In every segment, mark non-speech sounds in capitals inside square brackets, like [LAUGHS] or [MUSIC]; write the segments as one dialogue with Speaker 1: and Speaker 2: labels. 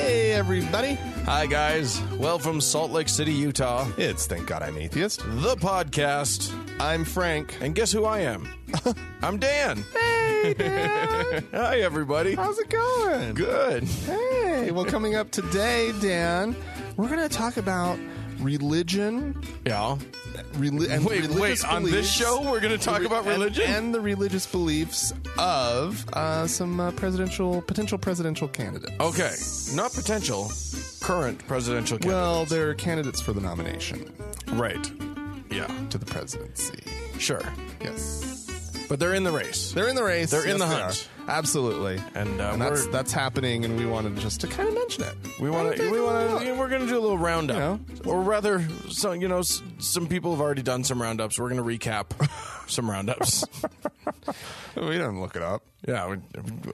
Speaker 1: everybody.
Speaker 2: Hi, guys. Well, from Salt Lake City, Utah,
Speaker 1: It's Thank God I'm Atheist.
Speaker 2: the podcast.
Speaker 1: I'm Frank.
Speaker 2: And guess who I
Speaker 1: [LAUGHS]
Speaker 2: am? I'm Dan.
Speaker 1: Hey, Dan.
Speaker 2: Hi, everybody.
Speaker 1: How's it going?
Speaker 2: Good.
Speaker 1: Hey, well, coming up today, Dan, we're going to talk about religion.
Speaker 2: Yeah.
Speaker 1: Reli- and
Speaker 2: Wait, wait.
Speaker 1: religious
Speaker 2: On this
Speaker 1: beliefs.
Speaker 2: show, we're going to talk about
Speaker 1: And-
Speaker 2: religion?
Speaker 1: and, the religious beliefs of uh, some uh, presidential potential presidential candidates.
Speaker 2: okay. Not potential, current presidential candidate.
Speaker 1: Well, they're candidates for the nomination
Speaker 2: right. Yeah.
Speaker 1: to the presidency.
Speaker 2: Sure.
Speaker 1: Yes,
Speaker 2: But they're in the race.
Speaker 1: they're in the race.
Speaker 2: They're in
Speaker 1: Yes,
Speaker 2: the
Speaker 1: they
Speaker 2: hunt.
Speaker 1: are. Absolutely,
Speaker 2: And, uh,
Speaker 1: that's
Speaker 2: we're-
Speaker 1: that's happening. And we wanted just to kind of mention it.
Speaker 2: We want to.
Speaker 1: Kinda
Speaker 2: We
Speaker 1: take a
Speaker 2: want
Speaker 1: look.
Speaker 2: to. We're going to do a little roundup,
Speaker 1: You
Speaker 2: or rather, some you know, s- some people have already done some roundups. We're going to
Speaker 1: [LAUGHS]
Speaker 2: recap some roundups.
Speaker 1: We didn't look it up.
Speaker 2: Yeah, we,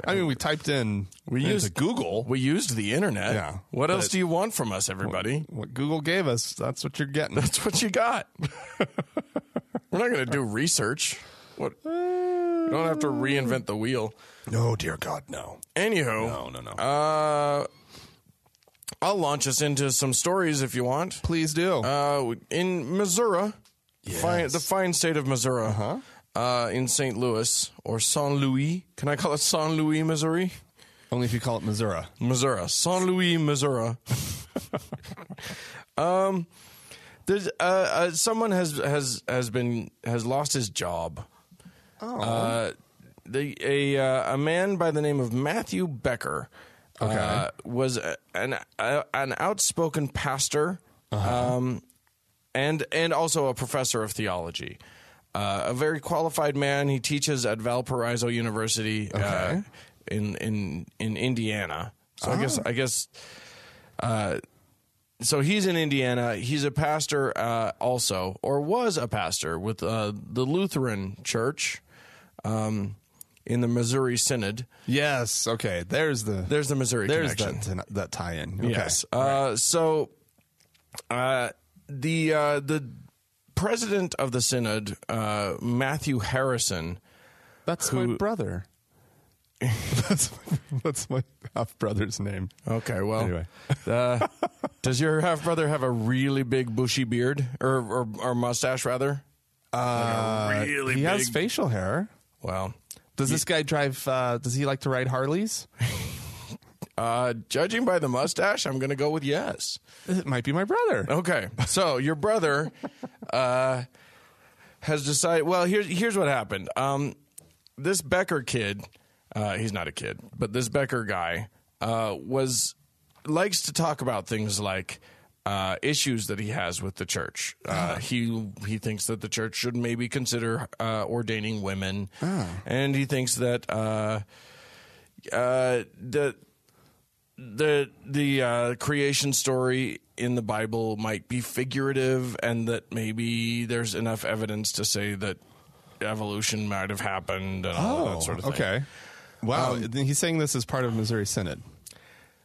Speaker 1: I mean, we typed in
Speaker 2: we
Speaker 1: into
Speaker 2: used Google. We used the internet.
Speaker 1: Yeah,
Speaker 2: What else
Speaker 1: but-
Speaker 2: do you want from us, everybody?
Speaker 1: what Google gave us. That's what you're getting.
Speaker 2: That's what you got. we're not going to do research. What?
Speaker 1: Uh,
Speaker 2: You don't have to reinvent the wheel.
Speaker 1: [LAUGHS] No, dear God, no,
Speaker 2: Anywho,
Speaker 1: no, no, no.
Speaker 2: uh, I'll launch us into some stories if you want.
Speaker 1: Please do.
Speaker 2: Uh, in Missouri, fine,
Speaker 1: Yes.
Speaker 2: the fine state of Missouri, uh-huh. in St. Louis or Saint Louis. Can I call it Saint Louis, Missouri?
Speaker 1: Only if you call it Missouri.
Speaker 2: Missouri, Saint Louis, Missouri. [LAUGHS] um, there's uh, uh, someone has has has been has lost his job. Oh. Uh, the a uh, a man by the name of Matthew Becker. Uh, was a, an a, an outspoken pastor, um, and and also a professor of theology. Uh, a very qualified man. He teaches at Valparaiso University uh, in in in Indiana. So I guess I guess. Uh, so he's in Indiana. He's a pastor, uh, also, or was a pastor with uh, the Lutheran Church um, in the Missouri Synod.
Speaker 1: Yes. Okay. There's the
Speaker 2: There's the Missouri
Speaker 1: there's
Speaker 2: connection.
Speaker 1: that that tie-in. Okay.
Speaker 2: Yes. Uh, So uh, the uh, the president of the synod, uh, Matthew Harrison.
Speaker 1: That's my brother. [LAUGHS] that's my, that's my half brother's name.
Speaker 2: Okay. Well,
Speaker 1: Anyway.
Speaker 2: uh, [LAUGHS] does your half brother have a really big bushy beard or or, or mustache rather?
Speaker 1: Uh,
Speaker 2: really
Speaker 1: he has
Speaker 2: big-
Speaker 1: facial hair.
Speaker 2: Well,
Speaker 1: Does this guy drive? Uh, does he like to ride Harleys?
Speaker 2: uh, judging by the mustache, I'm going to go with yes.
Speaker 1: it might be my brother.
Speaker 2: [LAUGHS] Okay. So your brother uh, has decided. Well, here's here's what happened. Um, this Becker kid, uh, he's not a kid, but this Becker guy uh, was likes to talk about things like. Uh, issues that he has with the church. Uh, he he thinks that the church should maybe consider uh, ordaining women, and he thinks that uh, uh, the the the uh, creation story in the Bible might be figurative, and that maybe there's enough evidence to say that evolution might have happened and
Speaker 1: Oh,
Speaker 2: all that sort of thing.
Speaker 1: okay. Wow. he's saying this as part of Missouri Synod.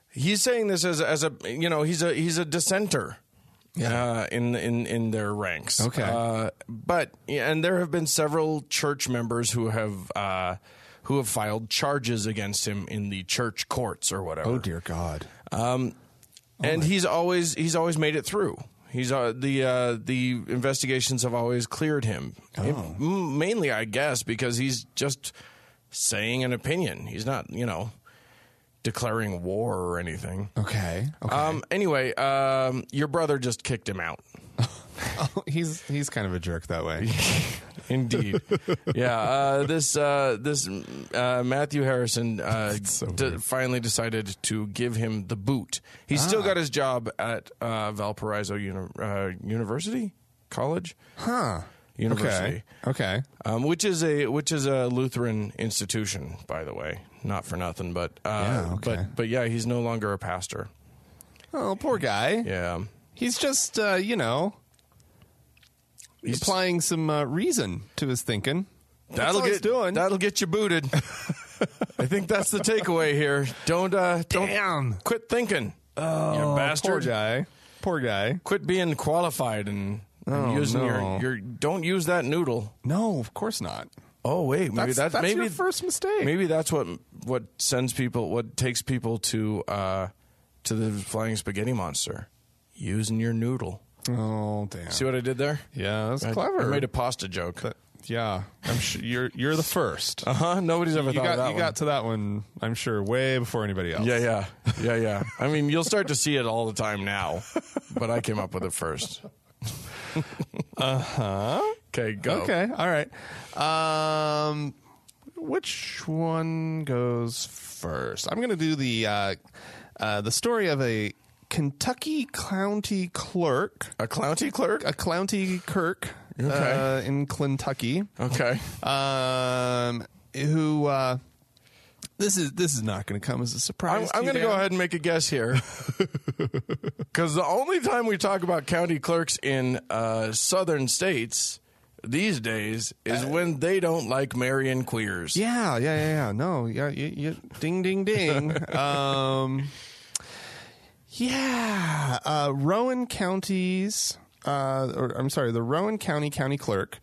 Speaker 2: He's saying this as as a you know he's a he's a dissenter. Uh, in in in their ranks,
Speaker 1: Okay.
Speaker 2: Uh, but and there have been several church members who have uh, who have filed charges against him in the church courts or whatever.
Speaker 1: Oh dear God.
Speaker 2: and he's always he's always made it through. He's uh, the uh, the investigations have always cleared him. It- m- mainly, I guess, because he's just saying an opinion. He's not, you know, declaring war or anything.
Speaker 1: Okay. Okay.
Speaker 2: Um, anyway, um, your brother just kicked him out.
Speaker 1: [LAUGHS] Oh, he's he's kind of a jerk that way.
Speaker 2: [LAUGHS] Indeed, yeah. Uh, this uh, this uh, Matthew Harrison
Speaker 1: [LAUGHS]
Speaker 2: uh,
Speaker 1: so
Speaker 2: de- finally decided to give him the boot. He's
Speaker 1: Ah.
Speaker 2: still got his job at uh, Valparaiso Uni- uh, University College
Speaker 1: Huh.
Speaker 2: University,
Speaker 1: Okay. Okay.
Speaker 2: um, which is a which is a Lutheran institution, by the way. Not for nothing, but uh,
Speaker 1: Yeah, okay.
Speaker 2: but but yeah, he's no longer a pastor.
Speaker 1: Oh, poor guy.
Speaker 2: Yeah,
Speaker 1: He's just, uh, you know, applying some uh, reason to his thinking. That's all
Speaker 2: get
Speaker 1: he's doing.
Speaker 2: That'll get you
Speaker 1: [LAUGHS]
Speaker 2: booted. I think that's the takeaway here. Don't uh, don't
Speaker 1: Damn.
Speaker 2: quit thinking. Oh, you
Speaker 1: Poor
Speaker 2: bastard.
Speaker 1: guy. Poor guy.
Speaker 2: Quit being qualified and, and
Speaker 1: Oh,
Speaker 2: using
Speaker 1: no.
Speaker 2: your, your don't use that noodle.
Speaker 1: No, of course not.
Speaker 2: Oh wait, maybe
Speaker 1: That's,
Speaker 2: that's,
Speaker 1: that's,
Speaker 2: maybe
Speaker 1: your first mistake.
Speaker 2: maybe that's what what sends people what takes people to uh to the flying spaghetti monster using your noodle.
Speaker 1: Oh damn.
Speaker 2: See what I did there?
Speaker 1: yeah, that's
Speaker 2: I-
Speaker 1: clever.
Speaker 2: I made a pasta joke.
Speaker 1: That-
Speaker 2: Uh
Speaker 1: yeah, I'm sure you're you're the first.
Speaker 2: huh. Nobody's ever
Speaker 1: you
Speaker 2: thought
Speaker 1: got
Speaker 2: of that
Speaker 1: you
Speaker 2: one.
Speaker 1: got to that one. I'm sure way before anybody else.
Speaker 2: yeah, yeah, yeah, yeah. I mean, you'll start to see it all the time now, but I came up with it [LAUGHS] first.
Speaker 1: Huh?
Speaker 2: Uh-huh. Okay, go.
Speaker 1: Okay. All right. Um, which one goes first? I'm going to do the uh, uh, the story of a Kentucky county clerk,
Speaker 2: A clounty clerk.
Speaker 1: a county clerk uh,
Speaker 2: Okay.
Speaker 1: in Kentucky, [LAUGHS]
Speaker 2: Okay.
Speaker 1: um, who. Uh, this is this is not going to come as a
Speaker 2: I'm,
Speaker 1: surprise.
Speaker 2: I'm
Speaker 1: going to
Speaker 2: going
Speaker 1: you,
Speaker 2: to go
Speaker 1: Dan.
Speaker 2: ahead and make a guess here,
Speaker 1: [LAUGHS]
Speaker 2: because the only time we talk about county clerks in uh, southern states these days is when they don't like marrying queers.
Speaker 1: Uh, Yeah, yeah, yeah, yeah. No, yeah, you, you, ding, ding, ding. um, yeah, uh, Rowan County's, uh, or I'm sorry, the Rowan County County Clerk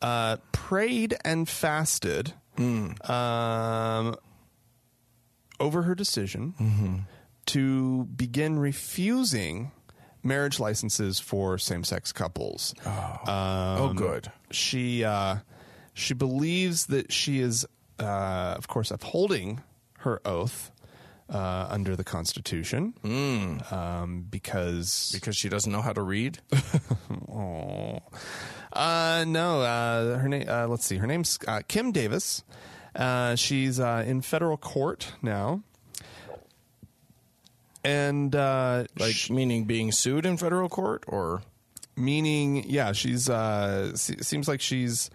Speaker 1: uh, prayed and fasted um, over her decision to begin refusing marriage licenses for same-sex couples. Uh, Um,
Speaker 2: oh, good.
Speaker 1: She uh, she believes that she is, uh, of course, upholding her oath uh, under the Constitution um, because.
Speaker 2: Because she doesn't know how to read.
Speaker 1: [LAUGHS] Aw. Uh, no, uh, her name. Uh, let's see. Her name's uh, Kim Davis. Uh, she's uh, in federal court now, and uh,
Speaker 2: Like meaning being sued in federal court, or
Speaker 1: meaning yeah she's uh se- seems like she's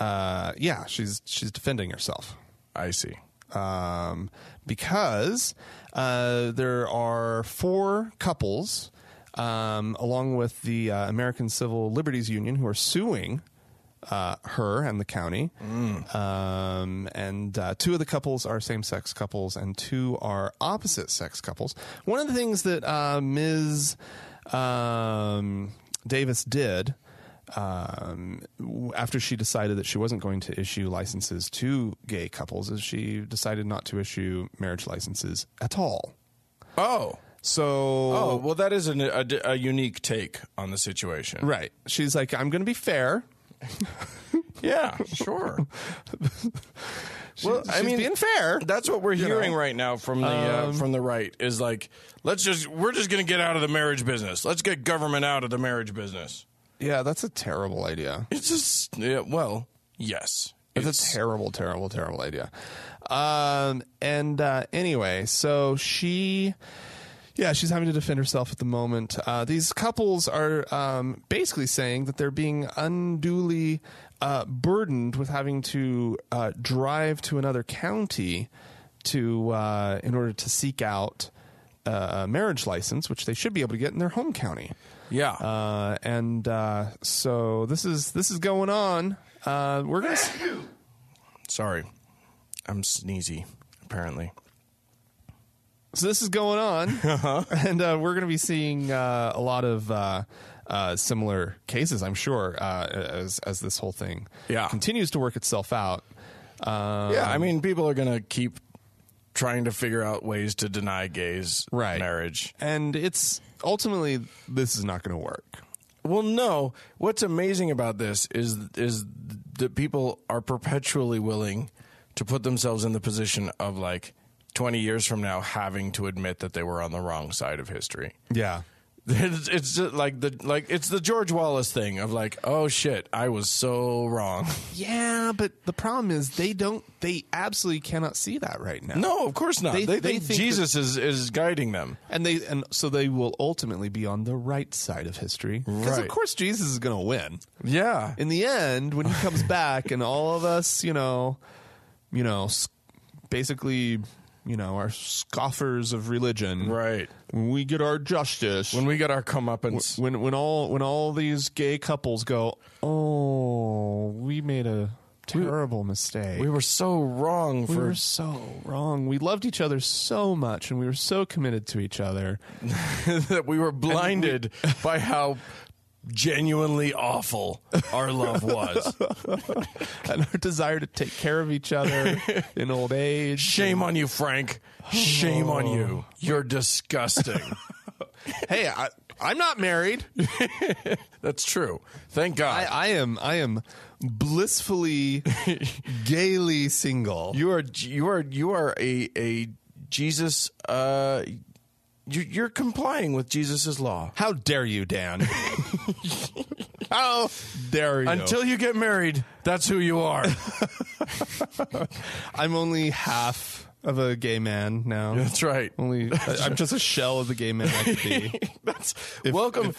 Speaker 1: uh yeah she's she's defending herself
Speaker 2: I see.
Speaker 1: um because uh there are four couples um along with the uh, American Civil Liberties Union who are suing uh, her and the county, um, and uh, two of the couples are same-sex couples, and two are opposite-sex couples. One of the things that uh, Ms um, Davis did um, w- after she decided that she wasn't going to issue licenses to gay couples is she decided not to issue marriage licenses at all.
Speaker 2: Oh.
Speaker 1: So,
Speaker 2: Oh, well, that is an, a, a unique take on the situation.
Speaker 1: right. She's like, I'm going to be fair.
Speaker 2: Yeah,
Speaker 1: [LAUGHS]
Speaker 2: sure. well, I
Speaker 1: She's
Speaker 2: mean,
Speaker 1: being fair.
Speaker 2: that's what we're hearing
Speaker 1: know?
Speaker 2: right now from the uh, from the right is like, let's just we're just going to get out of the marriage business. Let's get government out of the marriage business.
Speaker 1: Yeah, that's a terrible idea.
Speaker 2: It's just yeah, well, yes.
Speaker 1: That's a terrible, terrible, terrible idea. Um, and uh, anyway, so she, yeah, she's having to defend herself at the moment. Uh, these couples are um, basically saying that they're being unduly uh, burdened with having to uh, drive to another county to uh, in order to seek out uh, a marriage license, which they should be able to get in their home county.
Speaker 2: yeah.
Speaker 1: Uh, and uh, so this is this is going on. Uh, we're gonna. s-
Speaker 2: Sorry, I'm sneezy. Apparently,
Speaker 1: So this is
Speaker 2: [LAUGHS]
Speaker 1: going on,
Speaker 2: Uh-huh.
Speaker 1: [LAUGHS] and uh, we're going to be seeing uh, a lot of uh, uh, similar cases, I'm sure, uh, as as this whole thing
Speaker 2: Yeah.
Speaker 1: continues to work itself out. Um,
Speaker 2: yeah. I mean, people are going to keep trying to figure out ways to deny gays
Speaker 1: Right.
Speaker 2: marriage.
Speaker 1: and it's ultimately this is not going to work.
Speaker 2: Well, no. What's amazing about this is is that people are perpetually willing to put themselves in the position of like 20 years from now having to admit that they were on the wrong side of history. [LAUGHS]
Speaker 1: Yeah,
Speaker 2: It's, it's just like the like it's the George Wallace thing of like, oh shit, I was so wrong. [LAUGHS]
Speaker 1: yeah, but the problem is they don't. They absolutely cannot see that right now.
Speaker 2: No, of course not.
Speaker 1: They-
Speaker 2: They,
Speaker 1: they
Speaker 2: think,
Speaker 1: think
Speaker 2: Jesus is is guiding them.
Speaker 1: and they and so they will ultimately be on the right side of history because of
Speaker 2: Right.
Speaker 1: course Jesus is going to win.
Speaker 2: Yeah.
Speaker 1: in the end when he
Speaker 2: [LAUGHS]
Speaker 1: comes back and all of us you know you know s- basically you know are scoffers of religion
Speaker 2: right.
Speaker 1: when we get our justice
Speaker 2: When
Speaker 1: when
Speaker 2: we get our comeuppance.
Speaker 1: when, all when all these gay couples go oh we made a terrible mistake
Speaker 2: We were so wrong
Speaker 1: we
Speaker 2: for
Speaker 1: were so wrong. We loved each other so much and we
Speaker 2: [LAUGHS]
Speaker 1: were so committed to each other.
Speaker 2: that we were blinded by how genuinely awful our love was. [LAUGHS]
Speaker 1: and our desire to take care of
Speaker 2: [LAUGHS]
Speaker 1: each other in old age.
Speaker 2: Shame on you, Frank. Shame on you. You're [LAUGHS] disgusting.
Speaker 1: Hey, I, I'm not married.
Speaker 2: That's true. Thank
Speaker 1: I,
Speaker 2: God.
Speaker 1: I am. I am [LAUGHS] blissfully, gaily single.
Speaker 2: you are you are you are a a Jesus uh you, you're complying with Jesus' law.
Speaker 1: How dare you, [LAUGHS] Dan? How dare you?
Speaker 2: Until you get married, that's who you [LAUGHS] are.
Speaker 1: I'm only half of a gay man now.
Speaker 2: that's right.
Speaker 1: Only I, I'm just a shell of the gay man I could [LAUGHS] be.
Speaker 2: That's welcome,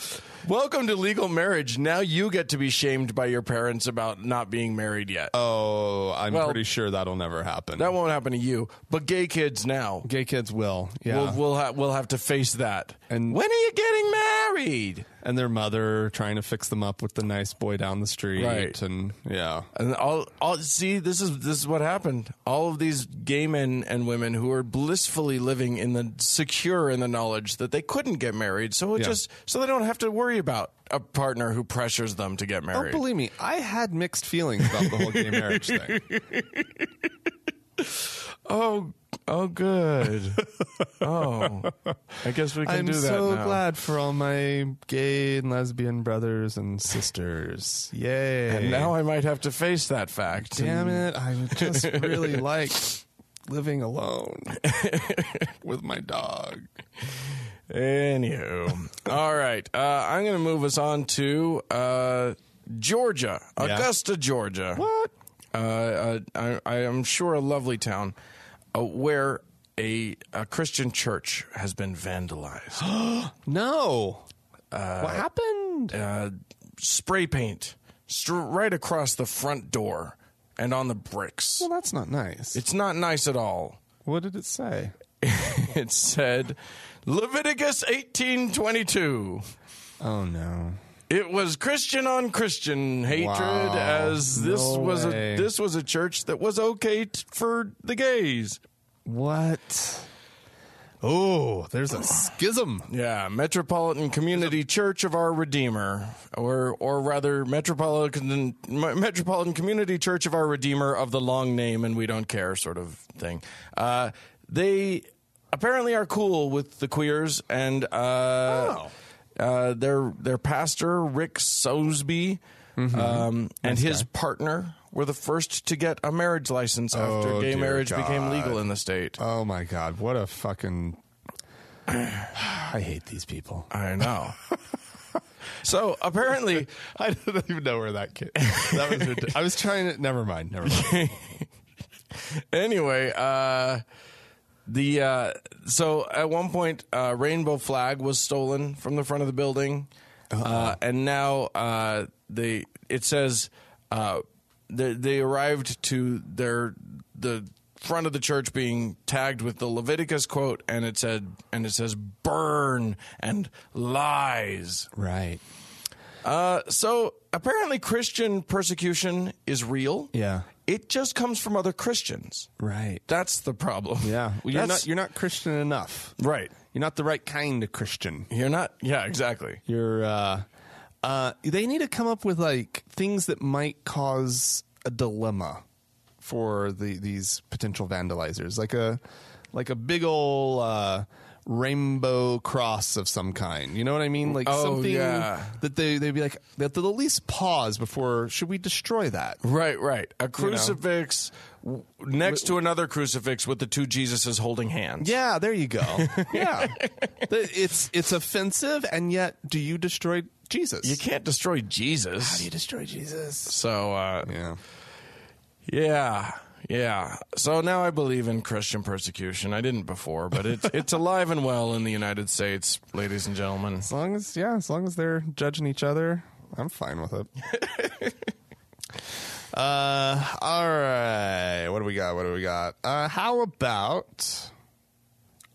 Speaker 2: welcome to legal marriage. Now you get to be shamed by your parents about not being married yet.
Speaker 1: Oh, I'm
Speaker 2: Well-
Speaker 1: pretty sure that'll never happen.
Speaker 2: that won't happen to you, but gay kids now
Speaker 1: gay kids will, yeah,
Speaker 2: will will ha- will have to face that.
Speaker 1: And-
Speaker 2: when are you getting married?
Speaker 1: and their mother trying to fix them up with the nice boy down the street,
Speaker 2: Right.
Speaker 1: And yeah,
Speaker 2: And all, all see, this is this is what happened. All of these gay men and women who are blissfully living in the secure in the knowledge that they couldn't get married, so it
Speaker 1: Yeah.
Speaker 2: just so they don't have to worry about a partner who pressures them to get
Speaker 1: oh,
Speaker 2: married.
Speaker 1: believe me, I had mixed feelings about the whole gay marriage [LAUGHS] thing.
Speaker 2: Oh, oh,
Speaker 1: [LAUGHS]
Speaker 2: good. oh, I guess we can
Speaker 1: I'm
Speaker 2: do that
Speaker 1: so
Speaker 2: now.
Speaker 1: glad for all my gay and lesbian brothers and sisters. Yay!
Speaker 2: And now I might have to face that fact.
Speaker 1: Damn it, I would [LAUGHS] just really like living [LAUGHS] alone with my dog.
Speaker 2: Anywho, all right. Uh, I'm going to move us on to uh, Georgia, Augusta, Georgia. What? Uh, uh, I, I am sure a lovely town uh, where a, a Christian church has been vandalized.
Speaker 1: No. what happened?
Speaker 2: uh, spray paint str- right across the front door and on the bricks.
Speaker 1: Well, that's not nice.
Speaker 2: It's not nice at all. [LAUGHS]
Speaker 1: what did it say?
Speaker 2: it said Leviticus 18:22.
Speaker 1: Oh, no.
Speaker 2: It was Christian on Christian hatred
Speaker 1: Wow.
Speaker 2: as this
Speaker 1: No
Speaker 2: was
Speaker 1: way.
Speaker 2: a this was a church that was okay t- for the gays.
Speaker 1: What? Oh, there's a schism.
Speaker 2: Yeah, Metropolitan Community Church of Our Redeemer or or rather Metropolitan M- Metropolitan Community Church of Our Redeemer of the long name and we don't care sort of thing. Uh, they apparently are cool with the queers and uh
Speaker 1: Oh.
Speaker 2: uh, their their pastor Rick Sosby
Speaker 1: Mm-hmm.
Speaker 2: um, and his partner were the first to get a marriage license after
Speaker 1: Oh,
Speaker 2: gay
Speaker 1: dear
Speaker 2: marriage became
Speaker 1: God.
Speaker 2: legal in the state.
Speaker 1: Oh, my God. What a fucking. [SIGHS] I hate these people.
Speaker 2: I
Speaker 1: [LAUGHS]
Speaker 2: know. so apparently,
Speaker 1: I don't even know where that came. That was ridiculous. I was trying to. Never mind. Never mind.
Speaker 2: anyway, uh, the uh, so at one point, uh, rainbow flag was stolen from the front of the building, uh, and now uh, they it says uh, they, they arrived to their the front of the church being tagged with the Leviticus quote, and it said and it says burn and lies.
Speaker 1: [LAUGHS] Right.
Speaker 2: Uh, so apparently, Christian persecution is real.
Speaker 1: Yeah.
Speaker 2: It just comes from other Christians.
Speaker 1: Right.
Speaker 2: That's the problem. [LAUGHS]
Speaker 1: Yeah. Well, you're
Speaker 2: That's-
Speaker 1: not. You're not Christian enough.
Speaker 2: right.
Speaker 1: You're not the right kind of Christian.
Speaker 2: You're not. Yeah, exactly.
Speaker 1: You're. Uh, uh, they need to come up with like things that might cause a dilemma for the these potential vandalizers, like a like a big old uh, rainbow cross of some kind. You know what I mean? Like
Speaker 2: Oh,
Speaker 1: something
Speaker 2: yeah.
Speaker 1: that they they'd be like that they'll at least pause before should we
Speaker 2: [LAUGHS]
Speaker 1: destroy that?
Speaker 2: Right, right. A crucifix w next to another crucifix with the two Jesuses holding hands.
Speaker 1: Yeah, there you go. yeah, The- it's it's offensive, and yet do you destroy Jesus?
Speaker 2: You can't destroy Jesus.
Speaker 1: destroy Jesus?
Speaker 2: so, uh,
Speaker 1: Yeah.
Speaker 2: yeah, yeah. So now I believe in Christian persecution. I didn't before, but it's
Speaker 1: [LAUGHS]
Speaker 2: it's alive and well in the United States, ladies and gentlemen.
Speaker 1: As long as yeah, as long as they're judging each other, I'm fine with it. [LAUGHS] uh, all right. What do we got? What do we got? Uh, how about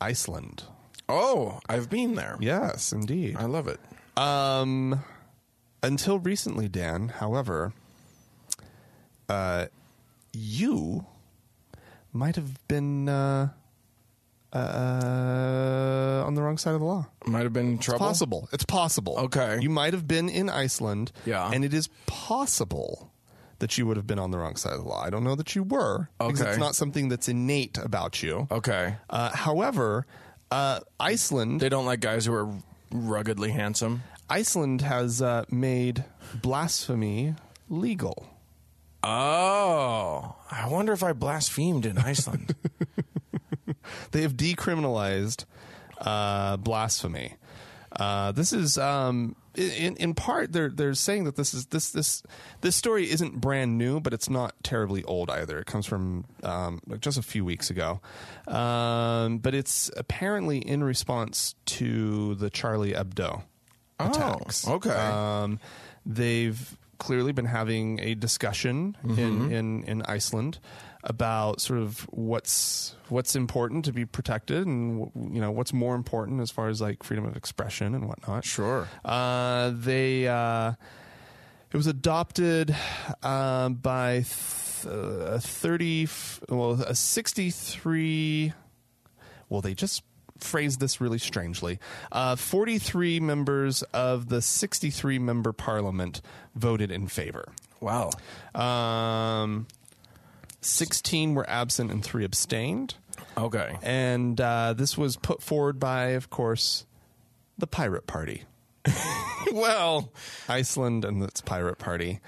Speaker 1: Iceland?
Speaker 2: Oh, I've been there.
Speaker 1: Yes, indeed.
Speaker 2: I love it.
Speaker 1: Um, until recently, Dan. However, uh, you might have been uh, uh, on the wrong wrong side of the law.
Speaker 2: Might have been trouble.
Speaker 1: Possible. It's possible.
Speaker 2: Okay.
Speaker 1: You might have been in Iceland.
Speaker 2: Yeah.
Speaker 1: And it is possible that you would have been on the wrong side of the law. I don't know that you were. Because
Speaker 2: Okay. Oh.
Speaker 1: it's not something that's innate about you.
Speaker 2: Okay.
Speaker 1: Uh, however, uh, Iceland
Speaker 2: They don't like guys who are ruggedly handsome.
Speaker 1: Iceland has uh, made blasphemy legal.
Speaker 2: Oh, I wonder if I blasphemed in Iceland.
Speaker 1: They have decriminalized uh, blasphemy. Uh, this is um, in in part they're they're saying that this is this this this story isn't brand new, but it's not terribly old either. It comes from um, like just a few weeks ago, um, but it's apparently in response to the Charlie Hebdo attacks.
Speaker 2: okay.
Speaker 1: Um, they've clearly been having a discussion in, in, in Iceland about sort of what's what's important to be protected and you know what's more important as far as like freedom of expression and
Speaker 2: [LAUGHS]
Speaker 1: whatnot.
Speaker 2: Sure.
Speaker 1: Uh, they uh, it was adopted uh, by th- uh, thirty f- well a sixty three. Well, they just phrased this really strangely. Uh, forty three members of the sixty three member parliament voted in favor.
Speaker 2: Wow.
Speaker 1: Um, sixteen were absent and three abstained.
Speaker 2: Okay.
Speaker 1: And uh, this was put forward by, of course, the Pirate Party.
Speaker 2: [LAUGHS] well,
Speaker 1: Iceland and its pirate party.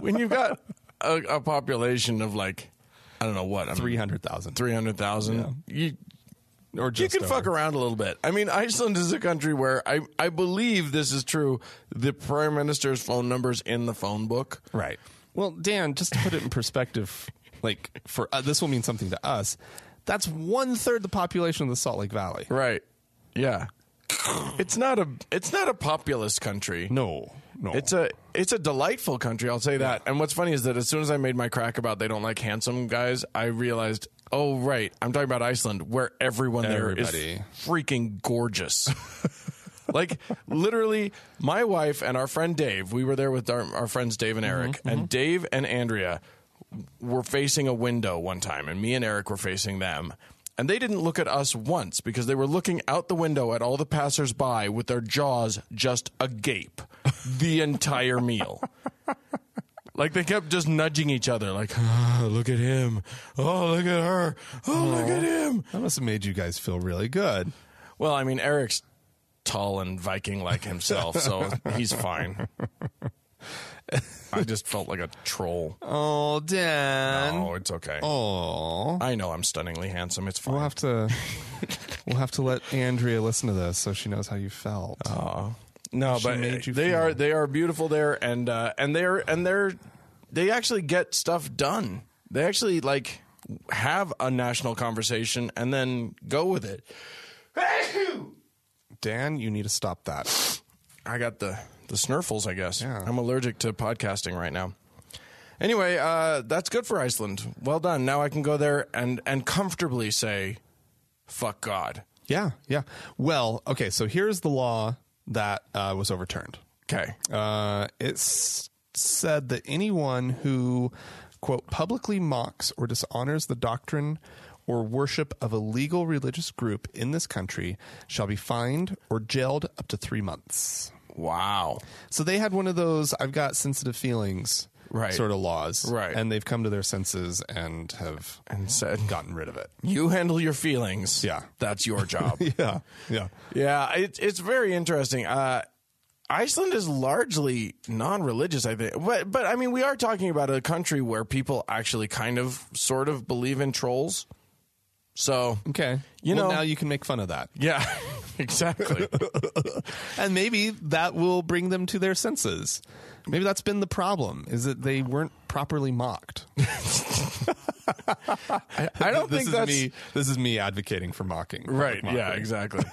Speaker 2: when you've got a, a population of like, I don't know what,
Speaker 1: Three hundred thousand,
Speaker 2: three hundred thousand, you
Speaker 1: or
Speaker 2: you
Speaker 1: just
Speaker 2: can fuck
Speaker 1: over.
Speaker 2: around a little bit. I mean, Iceland is a country where I I believe this is true. The prime minister's phone number's in the phone book.
Speaker 1: right? Well, Dan, just to put it in perspective, [LAUGHS] like for uh, this will mean something to us. That's one third the population of the Salt Lake Valley.
Speaker 2: Right. Yeah. It's not a it's not a populous country.
Speaker 1: No, no,
Speaker 2: It's a it's a delightful country, I'll say that. And what's funny is that as soon as I made my crack about they don't like handsome guys, I realized, oh right, I'm talking about Iceland, where everyone there
Speaker 1: Everybody.
Speaker 2: is freaking gorgeous. [LAUGHS] like literally, my wife and our friend Dave, we were there with our, our friends Dave and Eric, and Dave and Andrea were facing a window one time, and me and Eric were facing them. And they didn't look at us once because they were looking out the window at all the passersby with their jaws just agape the entire meal. Like they kept just nudging each other, like, [SIGHS] "Ah, look at him. Oh, look at her. Oh, look at him.
Speaker 1: that must have made you guys feel really good.
Speaker 2: Well, I mean, Eric's tall and Viking like himself,
Speaker 1: [LAUGHS]
Speaker 2: so he's fine. I just felt like a troll.
Speaker 1: Oh, Dan.
Speaker 2: Oh, it's okay.
Speaker 1: Oh,
Speaker 2: I know I'm stunningly handsome. It's fine.
Speaker 1: we'll have [LAUGHS] to we'll have to let Andrea listen to this so she knows how you felt.
Speaker 2: no, but
Speaker 1: made you
Speaker 2: they
Speaker 1: feel-
Speaker 2: are they are beautiful there, and uh, and they're and they're they actually get stuff done. They actually like have a national conversation and then go with it.
Speaker 1: Dan, you need to stop that.
Speaker 2: I got the the snurfles, I guess.
Speaker 1: Yeah.
Speaker 2: I'm allergic to podcasting right now. Anyway, uh, that's good for Iceland. Well done. Now I can go there and and comfortably say, "Fuck God."
Speaker 1: Yeah, yeah. Well, okay. So here's the law that uh, was overturned.
Speaker 2: Okay.
Speaker 1: Uh, it s- said that anyone who, quote, publicly mocks or dishonors the doctrine or worship of a legal religious group in this country shall be fined or jailed up to three months.
Speaker 2: Wow.
Speaker 1: So they had one of those I've got sensitive feelings
Speaker 2: Right.
Speaker 1: sort of laws.
Speaker 2: Right.
Speaker 1: And they've come to their senses and have
Speaker 2: And said,
Speaker 1: gotten rid of it.
Speaker 2: "You handle your feelings.
Speaker 1: Yeah.
Speaker 2: that's
Speaker 1: [LAUGHS]
Speaker 2: your job."
Speaker 1: Yeah. Yeah.
Speaker 2: yeah, it, it's very interesting. Uh, Iceland is largely non-religious, I think. But but I mean, we are talking about a country where people actually kind of, sort of believe in trolls. So
Speaker 1: Okay.
Speaker 2: You
Speaker 1: Well,
Speaker 2: know-
Speaker 1: now you can make fun of that.
Speaker 2: Yeah, [LAUGHS] exactly.
Speaker 1: [LAUGHS] and maybe that will bring them to their senses. Maybe that's been the problem: is that they weren't properly mocked.
Speaker 2: I don't think that's
Speaker 1: This is me advocating for mocking.
Speaker 2: right. Yeah,
Speaker 1: [LAUGHS]
Speaker 2: exactly.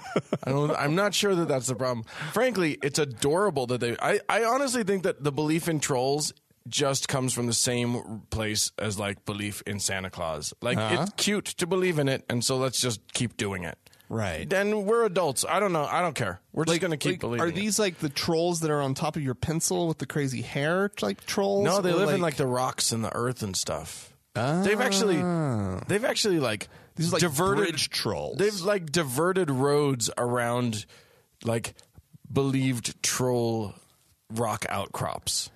Speaker 2: I don't. I'm not sure that that's the problem. Frankly, it's adorable that they. I, I honestly think that the belief in trolls just comes from the same place as like belief in Santa Claus. Like
Speaker 1: Uh-huh.
Speaker 2: it's cute to believe in it, and so let's just keep doing it.
Speaker 1: Right.
Speaker 2: Then we're adults. I don't know. I don't care. We're just going to keep believing.
Speaker 1: Are
Speaker 2: it.
Speaker 1: these like the trolls that are on top of your pencil with the crazy hair, like trolls?
Speaker 2: No, they
Speaker 1: Or,
Speaker 2: live in like the rocks and the earth and stuff. They've actually, they've actually like
Speaker 1: Ah. These are like
Speaker 2: diverted
Speaker 1: bridge trolls.
Speaker 2: They've like diverted roads around like believed troll rock outcrops.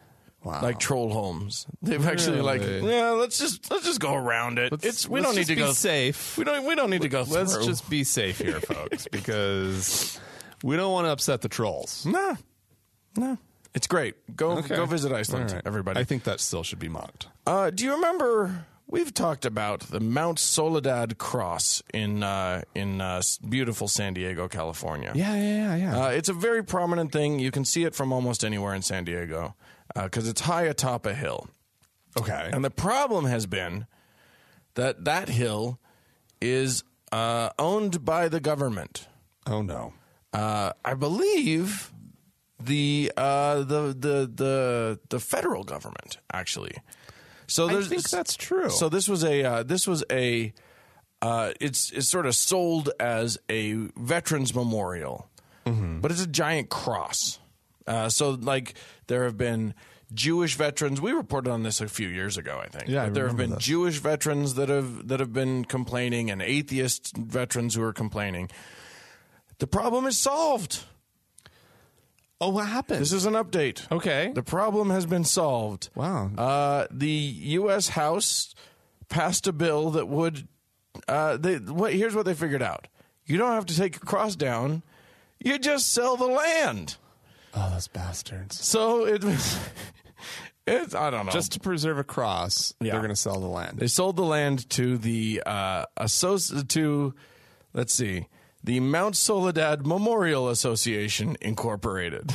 Speaker 1: Wow.
Speaker 2: Like troll homes. They've actually like
Speaker 1: Really?
Speaker 2: yeah, let's just let's just go around it. it's we
Speaker 1: let's
Speaker 2: don't need
Speaker 1: just
Speaker 2: to
Speaker 1: be
Speaker 2: go
Speaker 1: safe.
Speaker 2: We don't we don't need to go
Speaker 1: Let's
Speaker 2: through.
Speaker 1: just be
Speaker 2: [LAUGHS]
Speaker 1: safe here, folks, because we don't want to upset the trolls.
Speaker 2: nah. Nah. It's great. Go go visit Iceland,
Speaker 1: All right.
Speaker 2: everybody.
Speaker 1: I think that still should be mocked.
Speaker 2: Uh, do you remember we've talked about the Mount Soledad Cross in uh, in uh, s- beautiful San Diego, California?
Speaker 1: Yeah, yeah, yeah, yeah.
Speaker 2: Uh, it's a very prominent thing. You can see it from almost anywhere in San Diego because it's high atop a hill.
Speaker 1: okay.
Speaker 2: And the problem has been that that hill is uh, owned by the government.
Speaker 1: oh no.
Speaker 2: Uh, I believe the uh, the the the the federal government actually. So
Speaker 1: I
Speaker 2: there's,
Speaker 1: think that's true.
Speaker 2: so this was a uh, this was a uh, it's it's sort of sold as a veterans memorial,
Speaker 1: Mm-hmm.
Speaker 2: but it's a giant cross. Uh, so like there have been Jewish veterans. We reported on this a few years ago, I think.
Speaker 1: Yeah, I
Speaker 2: But there have
Speaker 1: remember
Speaker 2: been
Speaker 1: that.
Speaker 2: Jewish veterans that have that have been complaining and atheist veterans who are complaining. The problem is solved.
Speaker 1: oh, what happened?
Speaker 2: This is an update.
Speaker 1: okay.
Speaker 2: The problem has been solved.
Speaker 1: Wow.
Speaker 2: Uh, the U.S. House passed a bill that would. Uh, they, what, here's what they figured out: you don't have to take your cross down; you just sell the land.
Speaker 1: oh, those bastards.
Speaker 2: So it [LAUGHS] was. It's, I don't know.
Speaker 1: Just to preserve a cross,
Speaker 2: Yeah.
Speaker 1: they're going to sell the land.
Speaker 2: they sold the land to the uh, associ- to, let's see, the Mount Soledad Memorial Association Incorporated.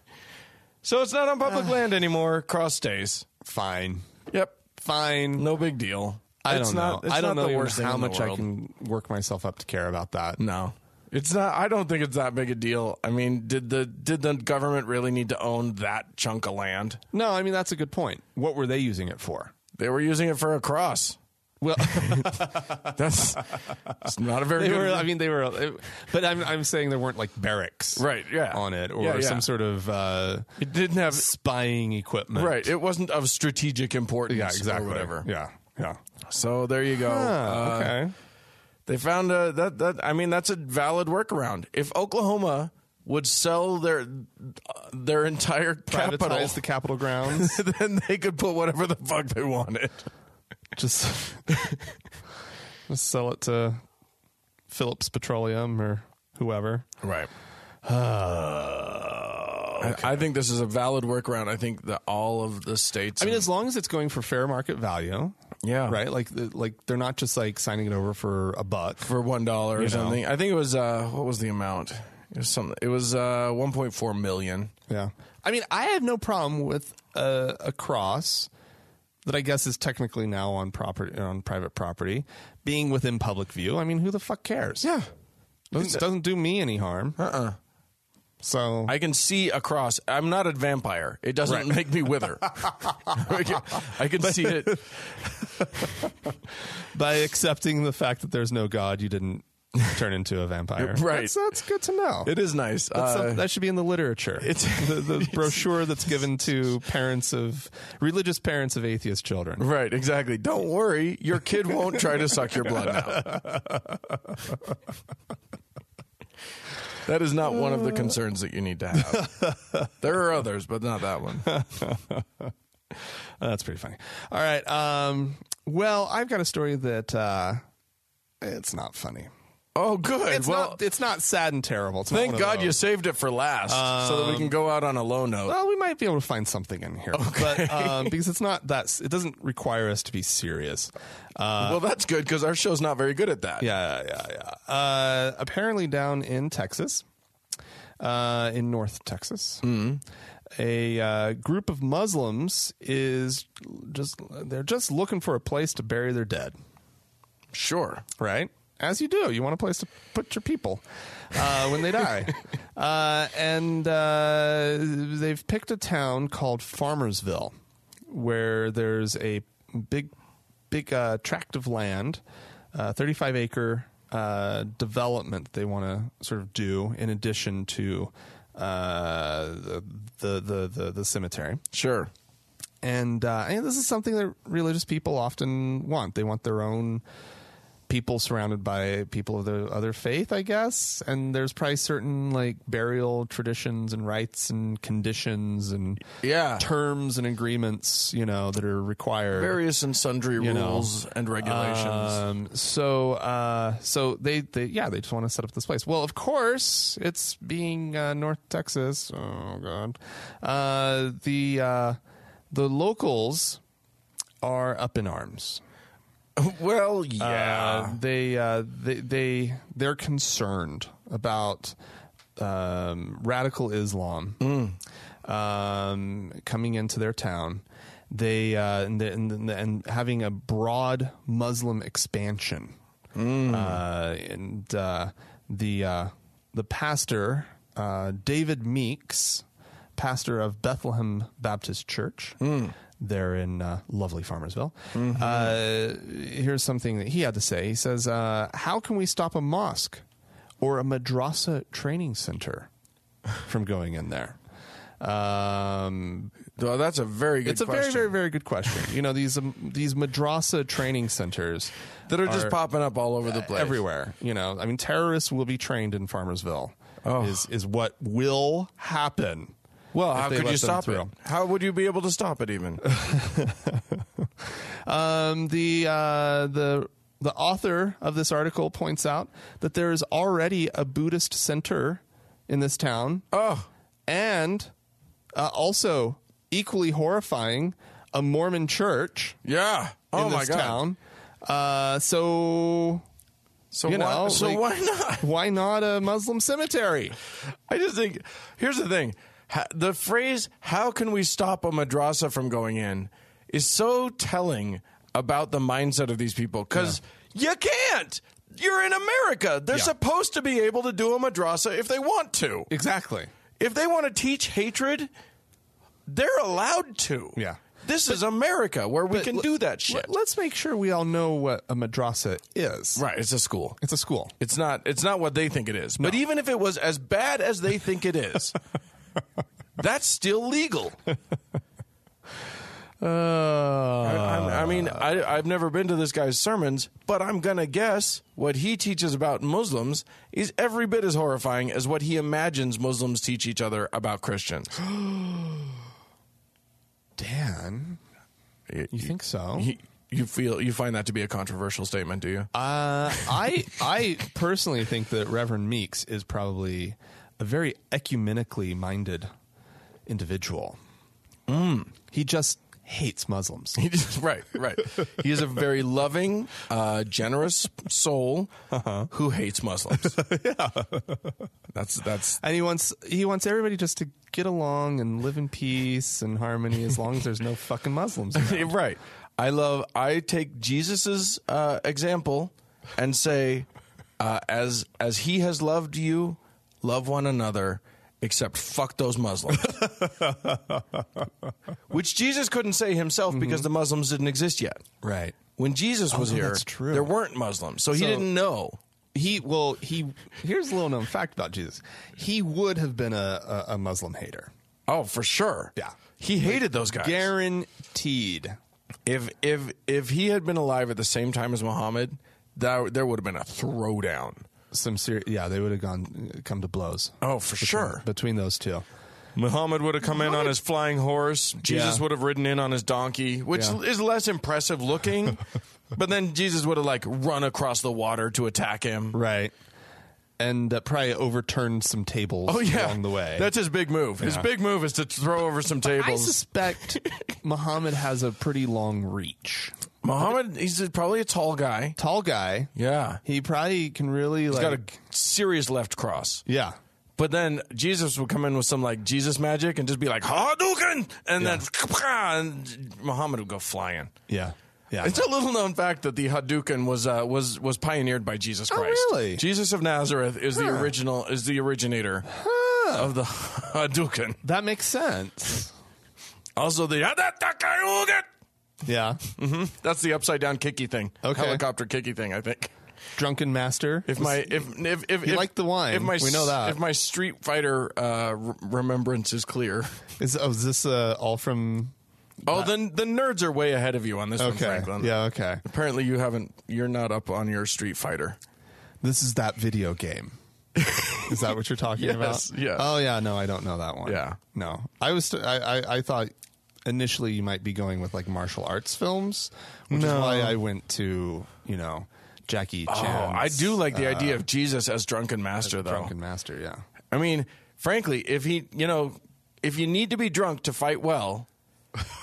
Speaker 2: [LAUGHS] so it's not on public
Speaker 1: Ah.
Speaker 2: land anymore. Cross stays.
Speaker 1: Fine.
Speaker 2: Yep.
Speaker 1: Fine.
Speaker 2: No big deal.
Speaker 1: I
Speaker 2: It's
Speaker 1: don't
Speaker 2: not-
Speaker 1: know.
Speaker 2: it's
Speaker 1: I don't
Speaker 2: not
Speaker 1: know
Speaker 2: the worst thing
Speaker 1: how
Speaker 2: in the
Speaker 1: much I
Speaker 2: world. Mm.
Speaker 1: can work myself up to care about that.
Speaker 2: No, it's not. I don't think it's that big a deal. I mean, did the did the government really need to own that chunk of land?
Speaker 1: No, I mean that's a good point. What were they using it for?
Speaker 2: They were using it for a cross.
Speaker 1: Well,
Speaker 2: [LAUGHS] That's it's not a very
Speaker 1: they
Speaker 2: good.
Speaker 1: were. I mean, they were. But I'm I'm saying there weren't like barracks,
Speaker 2: Right, yeah.
Speaker 1: on it or
Speaker 2: Yeah, yeah.
Speaker 1: some sort of uh,
Speaker 2: it didn't have
Speaker 1: spying equipment,
Speaker 2: right. It wasn't of strategic importance.
Speaker 1: Yeah, exactly.
Speaker 2: Or whatever.
Speaker 1: Yeah, yeah.
Speaker 2: So there you go.
Speaker 1: Ah,
Speaker 2: Uh,
Speaker 1: okay.
Speaker 2: They found a, that that I mean that's a valid workaround. If Oklahoma would sell their uh, their entire
Speaker 1: Privatize
Speaker 2: capital,
Speaker 1: the Capitol grounds.
Speaker 2: [LAUGHS] then they could put whatever the fuck they wanted.
Speaker 1: just, [LAUGHS] just sell it to Phillips Petroleum or whoever.
Speaker 2: [SIGHS] Right. Oh, I, I think this is a valid workaround. I think that all of the states.
Speaker 1: I mean, as long as it's going for fair market value,
Speaker 2: yeah,
Speaker 1: right? Like, the- like they're not just like signing it over for a buck.
Speaker 2: for one dollar or something. I think it was uh, what was the amount? It was something. It was uh, one point four million.
Speaker 1: Yeah. I mean, I have no problem with a, a cross that I guess is technically now on property on private property being within public view. I mean, who the fuck cares?
Speaker 2: Yeah,
Speaker 1: Doesn't, doesn't do me any harm.
Speaker 2: uh, uh
Speaker 1: So
Speaker 2: I can see across. I'm not a vampire. It doesn't make me [LAUGHS] wither. I can, I can see it.
Speaker 1: by accepting the fact that there's no god, you didn't turn into a [LAUGHS] vampire.
Speaker 2: Right.
Speaker 1: That's, that's good to know.
Speaker 2: It is nice.
Speaker 1: That's
Speaker 2: Uh,
Speaker 1: some- that should be in the literature. [LAUGHS] It's the, the brochure that's given [LAUGHS] to parents of religious parents of atheist children.
Speaker 2: Right, exactly. Don't worry, your kid won't try to suck your blood out. that is not one of the concerns that you need to have. There are others, but not that one.
Speaker 1: Uh, that's pretty funny. All right. Um, well, I've got a story that uh, it's not funny.
Speaker 2: Oh, good.
Speaker 1: It's
Speaker 2: well,
Speaker 1: not. It's not sad and terrible. It's not one Um,
Speaker 2: thank
Speaker 1: of
Speaker 2: God
Speaker 1: those.
Speaker 2: you saved it for last, so that we can go out on a low note.
Speaker 1: Well, we might be able to find something in here, but um, because it's not that. s- It doesn't require us to be serious. Uh,
Speaker 2: well, that's good because our show's not very good at that.
Speaker 1: yeah, yeah, yeah. Uh, apparently, down in Texas, uh, in North Texas, a uh, group of Muslims is just they're just looking for a place to bury their dead.
Speaker 2: Sure.
Speaker 1: right? As you do, you want a place to put your people uh, when they die. uh, and uh, they've picked a town called Farmersville, where there's a big, big uh, tract of land, uh, 35 acre uh, development they want to sort of do in addition to uh, the, the, the, the, the cemetery
Speaker 2: Sure.
Speaker 1: and uh, and this is something that religious people often want. They want their own people surrounded by people of the other faith, I guess. And there's probably certain like burial traditions and rites and conditions and
Speaker 2: Yeah.
Speaker 1: terms and agreements, you know, that are required.
Speaker 2: Various and sundry
Speaker 1: know,
Speaker 2: rules and regulations.
Speaker 1: Um, so, uh, so they, they, yeah, they just want to set up this place. Well, of course, it's being uh, North Texas. Oh God, uh, the uh, the locals are up in arms.
Speaker 2: [LAUGHS] well,
Speaker 1: Uh,
Speaker 2: yeah.
Speaker 1: they, uh, they, they, they're concerned about um, radical Islam um, coming into their town. They uh, and, the, and, the, and having a broad Muslim expansion. Uh, and uh, the uh, the pastor uh, David Meeks, pastor of Bethlehem Baptist Church.
Speaker 2: Hmm.
Speaker 1: There in uh, lovely Farmersville.
Speaker 2: Mm-hmm.
Speaker 1: Uh, here's something that he had to say. He says, uh, How can we stop a mosque or a madrasa training center from going in there? Um,
Speaker 2: Well, that's a very good
Speaker 1: it's a
Speaker 2: question.
Speaker 1: very, very, very good question. You know, these, um, these madrasa training centers
Speaker 2: that are just popping up all
Speaker 1: uh,
Speaker 2: over the place.
Speaker 1: everywhere. You know, I mean, terrorists will be trained in Farmersville. Is is what will happen?
Speaker 2: Oh. Well,
Speaker 1: if
Speaker 2: Oh, how
Speaker 1: they
Speaker 2: could
Speaker 1: let
Speaker 2: you
Speaker 1: them
Speaker 2: stop it?
Speaker 1: through.
Speaker 2: How would you be able to stop it
Speaker 1: [LAUGHS]
Speaker 2: even?
Speaker 1: Um, the uh, the the author of this article points out that there is already a Buddhist center in this town,
Speaker 2: oh,
Speaker 1: and uh, also equally horrifying, a Mormon church
Speaker 2: yeah.
Speaker 1: in
Speaker 2: Oh my
Speaker 1: this
Speaker 2: god.
Speaker 1: town. Uh, so
Speaker 2: So
Speaker 1: you
Speaker 2: why,
Speaker 1: know,
Speaker 2: so
Speaker 1: like-
Speaker 2: why [LAUGHS] not?
Speaker 1: [LAUGHS] why not a Muslim cemetery?
Speaker 2: I just think here's the thing. Ha- The phrase "How can we stop a madrasa from going in?" is so telling about the mindset of these people because you can't. You're in America. They're
Speaker 1: Yeah.
Speaker 2: supposed to be able to do a madrasa if they want to.
Speaker 1: Exactly.
Speaker 2: If they want to teach hatred, they're allowed to.
Speaker 1: Yeah.
Speaker 2: This is America where we can
Speaker 1: l-
Speaker 2: do that shit.
Speaker 1: Let- Let's make sure we all know what a madrasa is.
Speaker 2: right, it's a school.
Speaker 1: It's a school.
Speaker 2: It's not it's not what they think it is. But even if it was as bad as they think it
Speaker 1: [LAUGHS]
Speaker 2: is, that's still legal.
Speaker 1: Uh,
Speaker 2: I, I'm- I mean, I, I've never been to this guy's sermons, but I'm gonna guess what he teaches about Muslims is every bit as horrifying as what he imagines Muslims teach each other about Christians.
Speaker 1: Dan, [GASPS] you think so?
Speaker 2: He- you feel you find that to be a controversial statement, do you?
Speaker 1: Uh, I I personally think that Reverend Meeks is probably a very ecumenically minded individual. He just hates Muslims.
Speaker 2: [LAUGHS] right, right. He is a very loving, uh, generous soul
Speaker 1: Uh-huh.
Speaker 2: who hates
Speaker 1: [LAUGHS]
Speaker 2: Muslims. That's that's
Speaker 1: And he wants he wants everybody just to get along and live in peace and harmony as long as there's no fucking Muslims. around.
Speaker 2: right. I love. I take Jesus's uh, example and say, uh, as as he has loved you, love one another. Except fuck those
Speaker 1: [LAUGHS]
Speaker 2: Muslims, which Jesus couldn't say himself because the Muslims didn't exist yet.
Speaker 1: Right.
Speaker 2: When Jesus was
Speaker 1: no,
Speaker 2: here,
Speaker 1: Mm-hmm. Oh, that's true.
Speaker 2: there weren't Muslims, so he
Speaker 1: So-
Speaker 2: didn't know.
Speaker 1: He well he here's a little known fact about Jesus. He would have been a, a, a Muslim hater.
Speaker 2: Oh, for sure.
Speaker 1: Yeah.
Speaker 2: He hated those guys.
Speaker 1: Guaranteed.
Speaker 2: if if if he had been alive at the same time as Muhammad, that there would have been a throwdown.
Speaker 1: Some serious, yeah, they would have gone come to blows.
Speaker 2: Oh, for sure.
Speaker 1: between those two.
Speaker 2: Muhammad would have come in on his flying horse. Jesus
Speaker 1: Yeah.
Speaker 2: would have ridden in on his donkey, which
Speaker 1: Yeah.
Speaker 2: is less impressive [LAUGHS] looking. but then Jesus would have like run across the water to attack him.
Speaker 1: Right. And uh, probably overturned some tables
Speaker 2: Oh [LAUGHS] yeah,
Speaker 1: along the way.
Speaker 2: That's his big move. His
Speaker 1: Yeah.
Speaker 2: big move is to throw over some
Speaker 1: I
Speaker 2: tables. [LAUGHS]
Speaker 1: suspect Muhammad has a pretty long reach.
Speaker 2: Muhammad, he's probably a tall guy.
Speaker 1: Tall guy.
Speaker 2: Yeah,
Speaker 1: He probably can really like
Speaker 2: got a serious left cross.
Speaker 1: Yeah.
Speaker 2: But then Jesus would come in with some like Jesus magic and just be like Hadouken, and then [LAUGHS] and Muhammad would go flying.
Speaker 1: Yeah. Yeah.
Speaker 2: It's a little known fact that the Hadouken was uh, was was pioneered by Jesus Christ.
Speaker 1: Oh, really?
Speaker 2: Jesus of Nazareth is the original is the originator of the [LAUGHS] Hadouken.
Speaker 1: that makes sense.
Speaker 2: Also the Hadouken.
Speaker 1: Yeah.
Speaker 2: Mm-hmm. That's the upside down kicky thing.
Speaker 1: Okay.
Speaker 2: Helicopter kicky thing, I think.
Speaker 1: Drunken master.
Speaker 2: If my if if if,
Speaker 1: You
Speaker 2: if
Speaker 1: like the wine.
Speaker 2: if my
Speaker 1: We know
Speaker 2: s-
Speaker 1: that.
Speaker 2: if my Street Fighter uh, re- remembrance is clear.
Speaker 1: is oh, is this uh, all from
Speaker 2: Oh, then the nerds are way ahead of you on this one, Franklin.
Speaker 1: Yeah. Okay.
Speaker 2: Apparently, you haven't. You're not up on your Street Fighter.
Speaker 1: This is that video game. is that what you're
Speaker 2: [LAUGHS]
Speaker 1: talking
Speaker 2: Yes,
Speaker 1: about?
Speaker 2: yes.
Speaker 1: Oh yeah. No, I don't know that one.
Speaker 2: Yeah.
Speaker 1: No, I was. St- I, I I thought initially you might be going with like martial arts films, which is why I went to you know Jackie Chan.
Speaker 2: Oh, I do like the idea of Jesus as drunken master, though.
Speaker 1: uh, Drunken Master. Yeah.
Speaker 2: I mean, frankly, if he, you know, if you need to be drunk to fight well,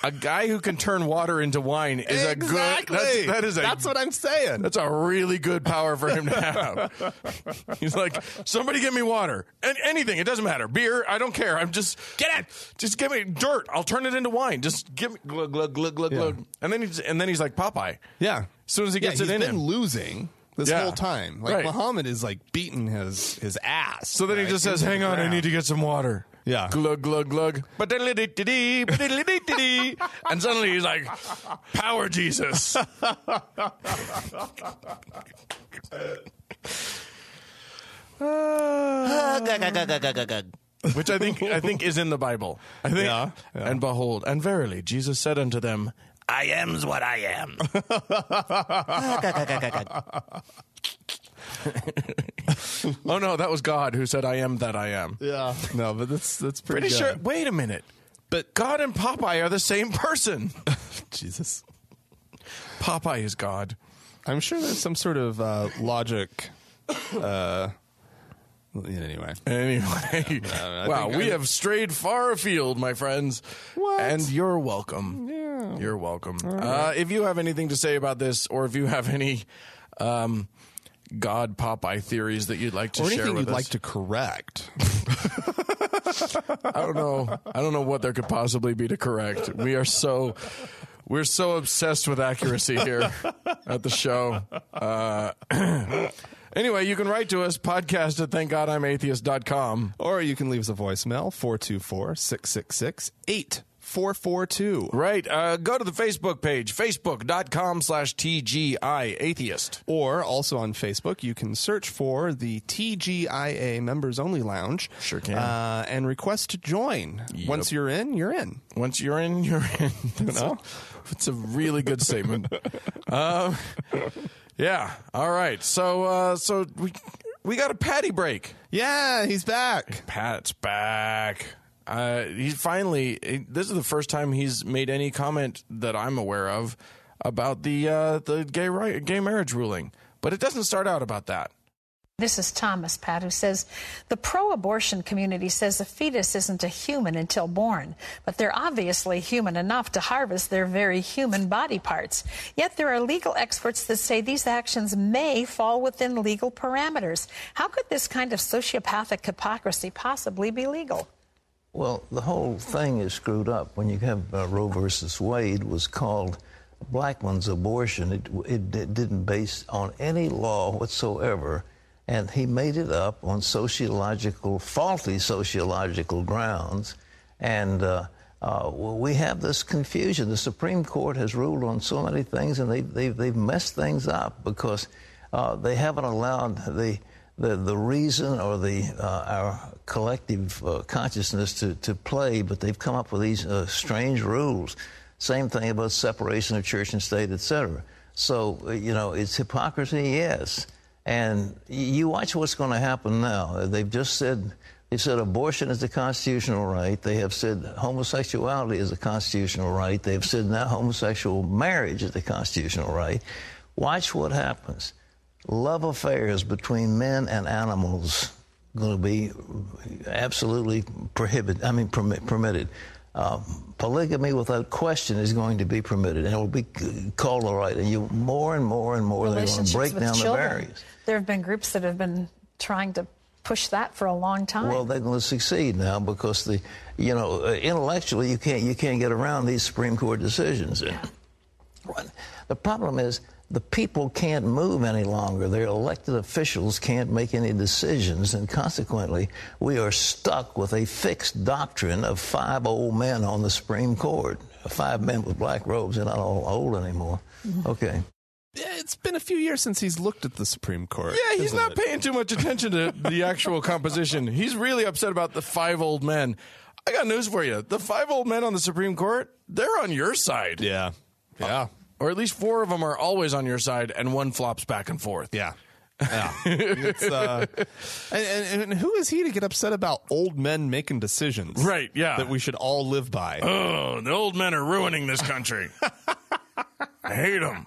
Speaker 2: a guy who can turn water into wine is a good. That's, that is a.
Speaker 1: That's what I'm saying.
Speaker 2: that's a really good power for him to have. [LAUGHS] He's like, somebody give me water and anything. It doesn't matter. Beer, I don't care. I'm just get it. Just give me dirt. I'll turn it into wine. Just give me glug glug glug glug glug. And then he's and then he's like Popeye.
Speaker 1: yeah.
Speaker 2: As soon as he
Speaker 1: Yeah,
Speaker 2: gets
Speaker 1: he's
Speaker 2: it in
Speaker 1: been
Speaker 2: him.
Speaker 1: losing this
Speaker 2: Yeah.
Speaker 1: whole time. Like
Speaker 2: Right.
Speaker 1: Muhammad is like beating his his ass.
Speaker 2: So then he just says, "Hang on, I need to get some water."
Speaker 1: Yeah.
Speaker 2: Glug glug glug. Ba-diddly-dee-dee-dee, ba-diddly-dee-dee-dee. and suddenly he's like, "Power
Speaker 1: [LAUGHS]
Speaker 2: Jesus." Which I think I think is in the Bible. I think.
Speaker 1: Yeah, yeah.
Speaker 2: And behold, and verily, Jesus said unto them, "I am's what I am." oh no, that was God who said, "I am that I am." [LAUGHS]
Speaker 1: Yeah. No, but that's that's pretty,
Speaker 2: Pretty
Speaker 1: good.
Speaker 2: sure. Wait a minute. But God and Popeye are the same person.
Speaker 1: Jesus.
Speaker 2: Popeye is God.
Speaker 1: I'm sure there's some sort of uh, logic. Uh, anyway, [LAUGHS]
Speaker 2: Anyway,
Speaker 1: I
Speaker 2: wow,
Speaker 1: think
Speaker 2: we
Speaker 1: I-
Speaker 2: have strayed far afield, my friends.
Speaker 1: What?
Speaker 2: And you're welcome.
Speaker 1: Yeah.
Speaker 2: You're welcome. Uh, if you have anything to say about this, or if you have any um, God Popeye theories that you'd like to
Speaker 1: or
Speaker 2: share
Speaker 1: anything
Speaker 2: with us,
Speaker 1: you'd like to correct?
Speaker 2: I don't know. I don't know what there could possibly be to correct. We are so we're so obsessed with accuracy here at the show. Uh, [CLEARS THROAT] anyway, you can write to us podcast at thankgodimatheist.com.
Speaker 1: or you can leave us a voicemail 424 666 8442.
Speaker 2: Right. Uh, go to the Facebook page, facebook.com slash TGI atheist.
Speaker 1: Or also on Facebook, you can search for the TGIA Members Only Lounge.
Speaker 2: Sure can.
Speaker 1: Uh, and request to join. Once you're in, you're in.
Speaker 2: Once you're in, [LAUGHS] you're in. You know? It's a really good statement. um, yeah. All right. So uh, so we we got a patty break.
Speaker 1: Yeah, he's back.
Speaker 2: Pat's back. Uh, he's finally. This is the first time he's made any comment that I'm aware of about the uh, the gay right, gay marriage ruling. But it doesn't start out about that.
Speaker 3: This is Thomas Pat, who says the pro abortion community says a fetus isn't a human until born, but they're obviously human enough to harvest their very human body parts. Yet there are legal experts that say these actions may fall within legal parameters. How could this kind of sociopathic hypocrisy possibly be legal?
Speaker 4: Well, the whole thing is screwed up. When you have uh, Roe versus Wade was called Blackman's abortion. It, it, it didn't base on any law whatsoever, and he made it up on sociological, faulty sociological grounds. And uh, uh, well, we have this confusion. The Supreme Court has ruled on so many things, and they've, they've, they've messed things up because uh, they haven't allowed the the, the reason or the uh, our collective uh, consciousness to, to play, but they've come up with these uh, strange rules. Same thing about separation of church and state, etc. So uh, you know, it's hypocrisy, yes. And y- you watch what's going to happen now. They've just said they said abortion is a constitutional right. They have said homosexuality is a constitutional right. They have said now homosexual marriage is a constitutional right. Watch what happens love affairs between men and animals going to be absolutely prohibited. I mean, permit, permitted. Uh, polygamy without question is going to be permitted, and it will be c- called all right. And you more and more and more they're going to
Speaker 3: Relationships
Speaker 4: break
Speaker 3: with
Speaker 4: down
Speaker 3: children.
Speaker 4: the barriers.
Speaker 3: There have been groups that have been trying to push that for a long time.
Speaker 4: Well, they're going to succeed now because the, you know, uh, intellectually you can't you can't get around these Supreme Court decisions. And what- the problem is the people can't move any longer. Their elected officials can't make any decisions, and consequently, we are stuck with a fixed doctrine of five old men on the Supreme Court. Five men with black robes. They're not all old anymore. Okay.
Speaker 1: It's been a few years since he's looked at the Supreme Court.
Speaker 2: Yeah, he's
Speaker 1: isn't
Speaker 2: not
Speaker 1: it?
Speaker 2: [LAUGHS] paying too much attention to the actual composition. He's really upset about the five old men. I got news for you. The five old men on the Supreme Court, they're on your side.
Speaker 1: Yeah. Yeah.
Speaker 2: Or at least four of them are always on your side and one flops back and forth.
Speaker 1: yeah. Yeah. it's, uh, [LAUGHS] and, and, and who is he to get upset about old men making decisions?
Speaker 2: Right, yeah.
Speaker 1: That we should all live by.
Speaker 2: Oh, the old men are ruining this [LAUGHS] country. I hate them.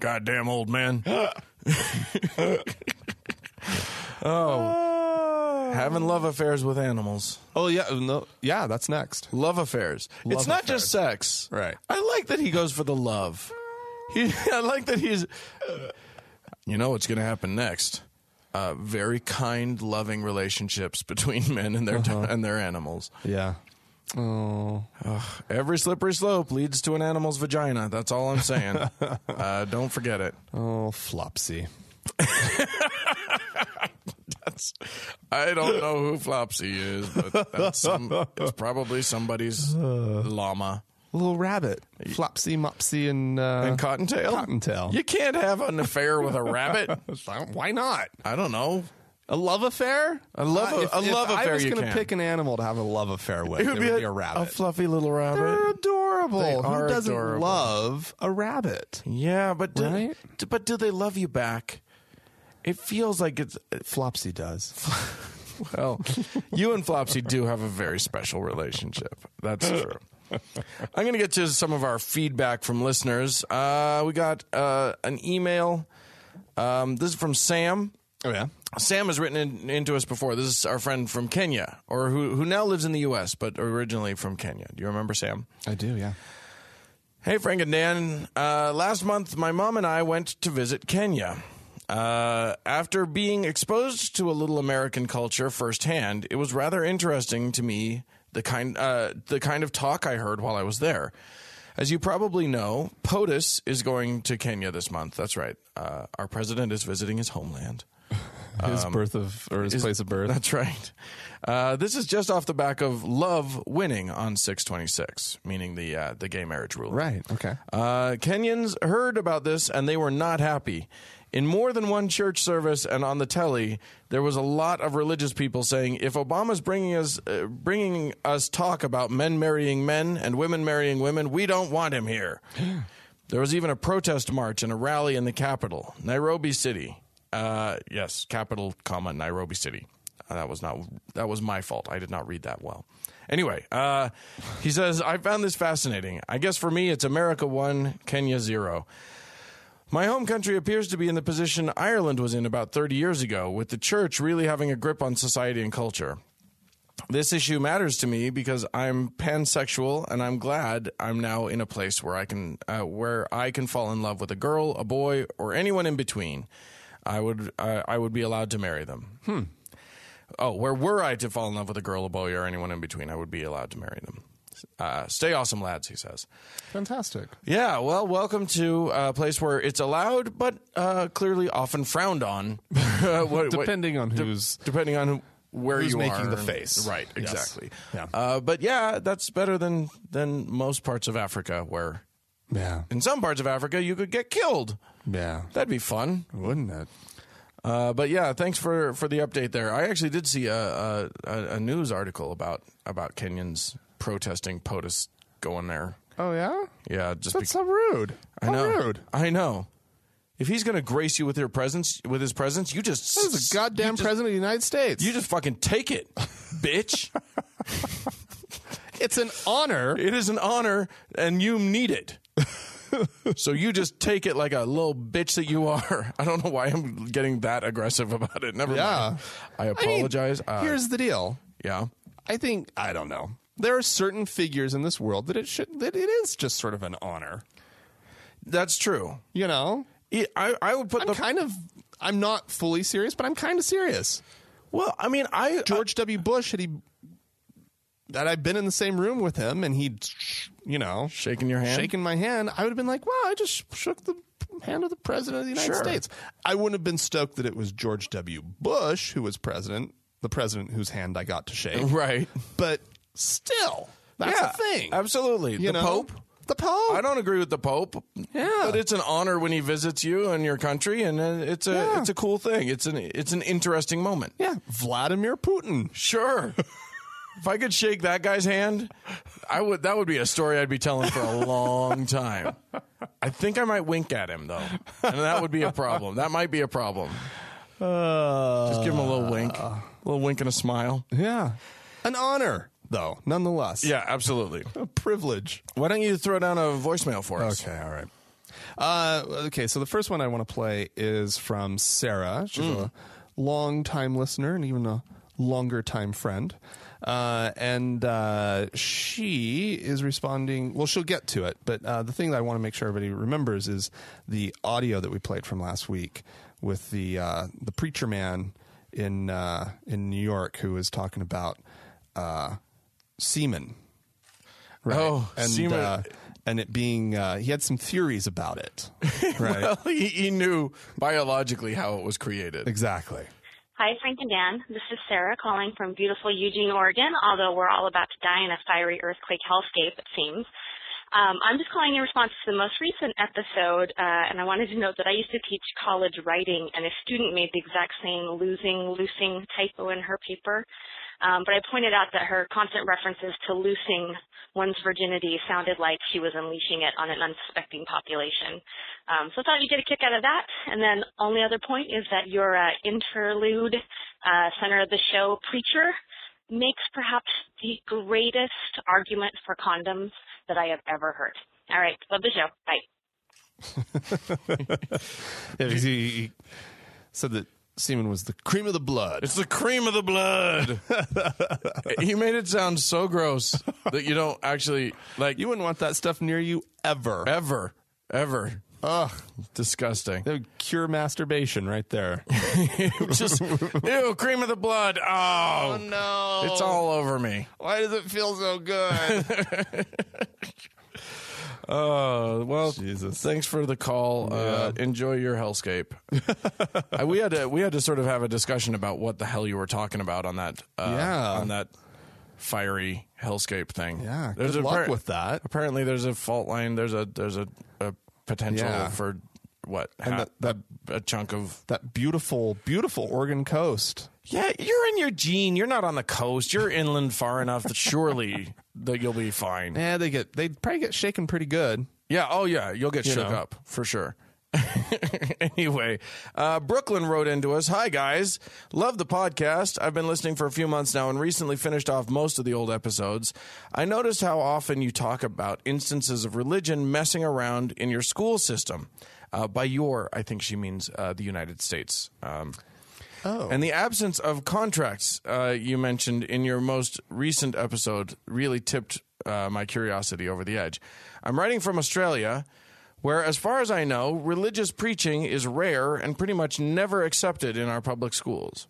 Speaker 2: Goddamn old men. [LAUGHS] [LAUGHS] oh. Having love affairs with animals.
Speaker 1: oh, yeah. No, yeah, that's next.
Speaker 2: Love affairs. it's not just sex.
Speaker 1: Right.
Speaker 2: I like that he goes for the love. He, [LAUGHS] I like that he's. uh, You know what's going to happen next? Uh, very kind, loving relationships between [LAUGHS] men and their
Speaker 1: Uh-huh.
Speaker 2: and their animals.
Speaker 1: Yeah.
Speaker 2: Every slippery slope leads to an animal's vagina. That's all I'm
Speaker 1: [LAUGHS]
Speaker 2: saying. uh, don't forget it.
Speaker 1: Oh, Flopsy.
Speaker 2: That's, I don't know who Flopsy is, but that's some, it's probably somebody's
Speaker 1: Uh.
Speaker 2: llama
Speaker 1: Little rabbit. Flopsy, Mopsy, and, uh,
Speaker 2: and cottontail.
Speaker 1: Cottontail.
Speaker 2: You can't have an affair with a rabbit.
Speaker 1: Why not?
Speaker 2: I don't know.
Speaker 1: A love affair? A
Speaker 2: love-
Speaker 1: if,
Speaker 2: a
Speaker 1: if
Speaker 2: love
Speaker 1: I
Speaker 2: affair
Speaker 1: was
Speaker 2: you
Speaker 1: gonna
Speaker 2: can.
Speaker 1: pick an animal to have a love affair with. It would, be, a, rabbit.
Speaker 2: fluffy little
Speaker 1: They're
Speaker 2: rabbit.
Speaker 1: adorable.
Speaker 2: They
Speaker 1: Who
Speaker 2: are
Speaker 1: doesn't
Speaker 2: adorable.
Speaker 1: love a rabbit?
Speaker 2: Yeah, but do,
Speaker 1: Right?
Speaker 2: d- but do they love you back? It feels like it's [LAUGHS]
Speaker 1: Flopsy does.
Speaker 2: well. you and Flopsy do have a very special relationship. That's true. I'm going to get to some of our feedback from listeners. Uh, we got uh, an email. Um, this is from Sam.
Speaker 1: [LAUGHS] Oh yeah.
Speaker 2: Sam has written in, into us before. This is our friend from Kenya, or who who now lives in the U.S. but originally from Kenya. Do you remember Sam?
Speaker 1: I do, yeah.
Speaker 2: Hey, Frank and Dan. Uh, last month, my mom and I went to visit Kenya. Uh, after being exposed to a little American culture firsthand, it was rather interesting to me the kind uh, the kind of talk I heard while I was there. As you probably know, POTUS is going to Kenya this month. That's right. Uh, our president is visiting his homeland.
Speaker 1: His birth of or his, place of birth.
Speaker 2: Um, That's right. Uh, this is just off the back of Love winning on 626, meaning the uh, the gay marriage rule.
Speaker 1: Right. Okay.
Speaker 2: Uh, Kenyans heard about this and they were not happy. In more than one church service and on the telly, there was a lot of religious people saying, "If Obama's bringing us uh, bringing us talk about men marrying men and women marrying women, we don't want him here." there was even a protest march and a rally in the capital, Nairobi City. Uh, yes, capital, comma Nairobi City. Uh, that was not that was my fault. I did not read that well. Anyway, uh, he says I found this fascinating. I guess for me, it's America one, Kenya zero. My home country appears to be in the position Ireland was in about 30 years ago, with the church really having a grip on society and culture. This issue matters to me because I'm pansexual, and I'm glad I'm now in a place where I can uh, where I can fall in love with a girl, a boy, or anyone in between. I would uh, I would be allowed to marry them. Hmm. Oh, where were I to fall in love with a girl, a boy, or anyone in between? I would be allowed to marry them. Uh, stay awesome, lads, he says.
Speaker 1: Fantastic.
Speaker 2: Yeah, well, welcome to a place where it's allowed, but uh, clearly often frowned on. [LAUGHS] Uh, what- what-
Speaker 1: Depending on who's
Speaker 2: depending on who, where
Speaker 1: Who's
Speaker 2: you
Speaker 1: making
Speaker 2: are
Speaker 1: the
Speaker 2: and-
Speaker 1: face.
Speaker 2: right?
Speaker 1: Yes.
Speaker 2: Exactly.
Speaker 1: Yeah.
Speaker 2: Uh, but yeah, that's better than than most parts of Africa, where
Speaker 1: Yeah.
Speaker 2: in some parts of Africa you could get killed.
Speaker 1: Yeah.
Speaker 2: That'd be fun.
Speaker 1: Wouldn't it?
Speaker 2: Uh, but yeah, thanks for, for the update there. I actually did see a, a, a a news article about about Kenyans protesting POTUS going there.
Speaker 1: Oh yeah?
Speaker 2: Yeah, just
Speaker 1: That's
Speaker 2: bec-
Speaker 1: so rude.
Speaker 2: I know.
Speaker 1: rude.
Speaker 2: I know. If he's going to grace you with your presence, with his presence, you just
Speaker 1: This is a goddamn
Speaker 2: you just,
Speaker 1: president of the United States.
Speaker 2: You just fucking take it, bitch.
Speaker 1: it's an honor.
Speaker 2: it is an honor, and you need it. so you just take it like a little bitch that you are. I don't know why I'm getting that aggressive about it. Never
Speaker 1: Yeah.
Speaker 2: mind. I
Speaker 1: I mean,
Speaker 2: apologize. uh,
Speaker 1: here's the deal.
Speaker 2: yeah.
Speaker 1: I think I don't know. There are certain figures in this world that it should that it is just sort of an honor.
Speaker 2: That's true.
Speaker 1: You know?
Speaker 2: I- I, I would put
Speaker 1: I'm
Speaker 2: the
Speaker 1: kind of I'm not fully serious, but I'm kind of serious.
Speaker 2: well. I mean, I
Speaker 1: George W. Bush had he that I've been in the same room with him and he'd you know
Speaker 2: shaking your hand,
Speaker 1: shaking my hand, I would have been like, "Wow, I just shook the hand of the president of the United
Speaker 2: Sure.
Speaker 1: States." I wouldn't have been stoked that it was George W. Bush who was president, the president whose hand I got to shake.
Speaker 2: right?
Speaker 1: But still, that's
Speaker 2: yeah,
Speaker 1: a thing.
Speaker 2: Absolutely.
Speaker 1: You
Speaker 2: the
Speaker 1: know?
Speaker 2: Pope.
Speaker 1: The Pope.
Speaker 2: I don't agree with the Pope.
Speaker 1: Yeah.
Speaker 2: but it's an honor when he visits you and your country, and uh, it's a
Speaker 1: Yeah.
Speaker 2: it's a cool thing. It's an it's an interesting moment.
Speaker 1: [LAUGHS] Yeah, Vladimir Putin.
Speaker 2: Sure. If I could shake that guy's hand, I would. That would be a story I'd be telling for a long time. I think I might wink at him though, and that would be a problem. That might be a problem. Just give him a little
Speaker 1: Uh.
Speaker 2: wink, a little wink and a smile.
Speaker 1: Yeah. An honor, though, nonetheless.
Speaker 2: Yeah, absolutely.
Speaker 1: A privilege.
Speaker 2: Why don't you throw down a voicemail for us?
Speaker 1: Okay, all right. Uh, okay, so the first one I want to play is from Sarah. She's
Speaker 2: Hmm.
Speaker 1: a long time listener and even a longer time friend. Uh, and uh, she is responding. Well, she'll get to it, but uh, the thing that I want to make sure everybody remembers is the audio that we played from last week with the uh, the preacher man in uh, in New York who was talking about uh, semen right?
Speaker 2: Oh,
Speaker 1: and
Speaker 2: semen-
Speaker 1: uh, and it being uh, he had some theories about [LAUGHS] it, right?
Speaker 2: Well, [LAUGHS] he, he knew biologically how it was created.
Speaker 1: exactly.
Speaker 5: Hi, Frank and Dan. This is Sarah calling from beautiful Eugene, Oregon, although we're all about to die in a fiery earthquake hellscape, it seems. Um, I'm just calling in response to the most recent episode, uh, and I wanted to note that I used to teach college writing, and a student made the exact same losing, loosing typo in her paper. Um, but I pointed out that her constant references to loosing one's virginity sounded like she was unleashing it on an unsuspecting population. Um, so I thought you get a kick out of that. And then only other point is that your uh, interlude, uh, center of the show preacher makes perhaps the greatest argument for condoms that I have ever heard. All right. Love the show. Bye.
Speaker 1: Yeah, because he, he said that semen was the cream of the blood.
Speaker 2: It's the cream of the blood. he made it sound so gross that you don't actually like
Speaker 1: [LAUGHS] You wouldn't want that stuff near you ever.
Speaker 2: ever, ever. Ugh, disgusting.
Speaker 1: [LAUGHS] That would cure masturbation right there.
Speaker 2: Just ew, cream of the blood. Oh,
Speaker 1: no.
Speaker 2: it's all over me.
Speaker 1: [LAUGHS] Why does it feel so good? Uh,
Speaker 2: Oh well,
Speaker 1: [LAUGHS] Jesus.
Speaker 2: Thanks for the call. Uh, enjoy your
Speaker 1: [LAUGHS]
Speaker 2: hellscape. Uh, we had to we had to sort of have a discussion about what the hell you were talking about on that uh,
Speaker 1: Yeah.
Speaker 2: on that fiery hellscape thing.
Speaker 1: yeah, good luck
Speaker 2: appar-
Speaker 1: with that.
Speaker 2: apparently there's a fault line. There's a there's a, a potential
Speaker 1: Yeah.
Speaker 2: for what ha- a, a chunk of
Speaker 1: That beautiful, beautiful Oregon coast.
Speaker 2: yeah. You're in your gene. You're not on the coast. You're inland far enough that surely that you'll be fine.
Speaker 1: Yeah, they get they probably get shaken pretty good.
Speaker 2: Yeah. Oh yeah. You'll get shook
Speaker 1: know.
Speaker 2: up for sure. [LAUGHS] anyway, uh, Brooklyn wrote into us. Hi guys, love the podcast. I've been listening for a few months now and recently finished off most of the old episodes. I noticed how often you talk about instances of religion messing around in your school system. Uh, by your, I think she means uh, the United States. Um, and the absence of contracts uh, you mentioned in your most recent episode really tipped uh, my curiosity over the edge. I'm writing from Australia, where, as far as I know, religious preaching is rare and pretty much never accepted in our public schools.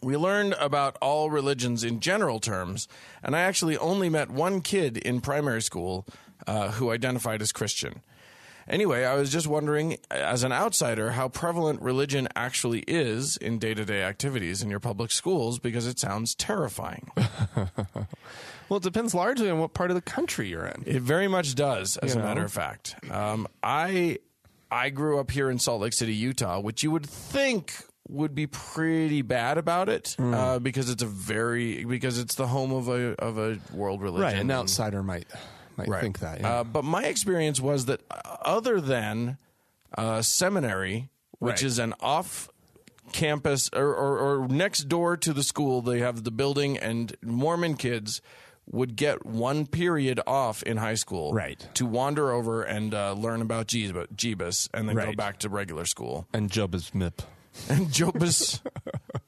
Speaker 2: We learned about all religions in general terms, and I actually only met one kid in primary school uh, who identified as Christian. Anyway, I was just wondering, as an outsider, how prevalent religion actually is in day to day activities in your public schools because it sounds terrifying. [LAUGHS]
Speaker 1: Well, it depends largely on what part of the country you're in.
Speaker 2: It very much does, as a matter of fact. Um, I I grew up here in Salt Lake City, Utah, which you would think would be pretty bad about it uh, because it's a very because it's the home of a of a world religion.
Speaker 1: Right, an
Speaker 2: And-
Speaker 1: outsider might might think that. Yeah.
Speaker 2: Uh, but my experience was that uh, other than uh, seminary, which
Speaker 1: Right.
Speaker 2: is an off campus or, or, or next door to the school, they have the building, and Mormon kids would get one period off in high school
Speaker 1: Right.
Speaker 2: to wander over and uh, learn about Jeebus, Jeebus and then go
Speaker 1: Right.
Speaker 2: back to regular school. [LAUGHS]
Speaker 1: and Jobus Mip.
Speaker 2: And
Speaker 1: [LAUGHS]
Speaker 2: Jobus,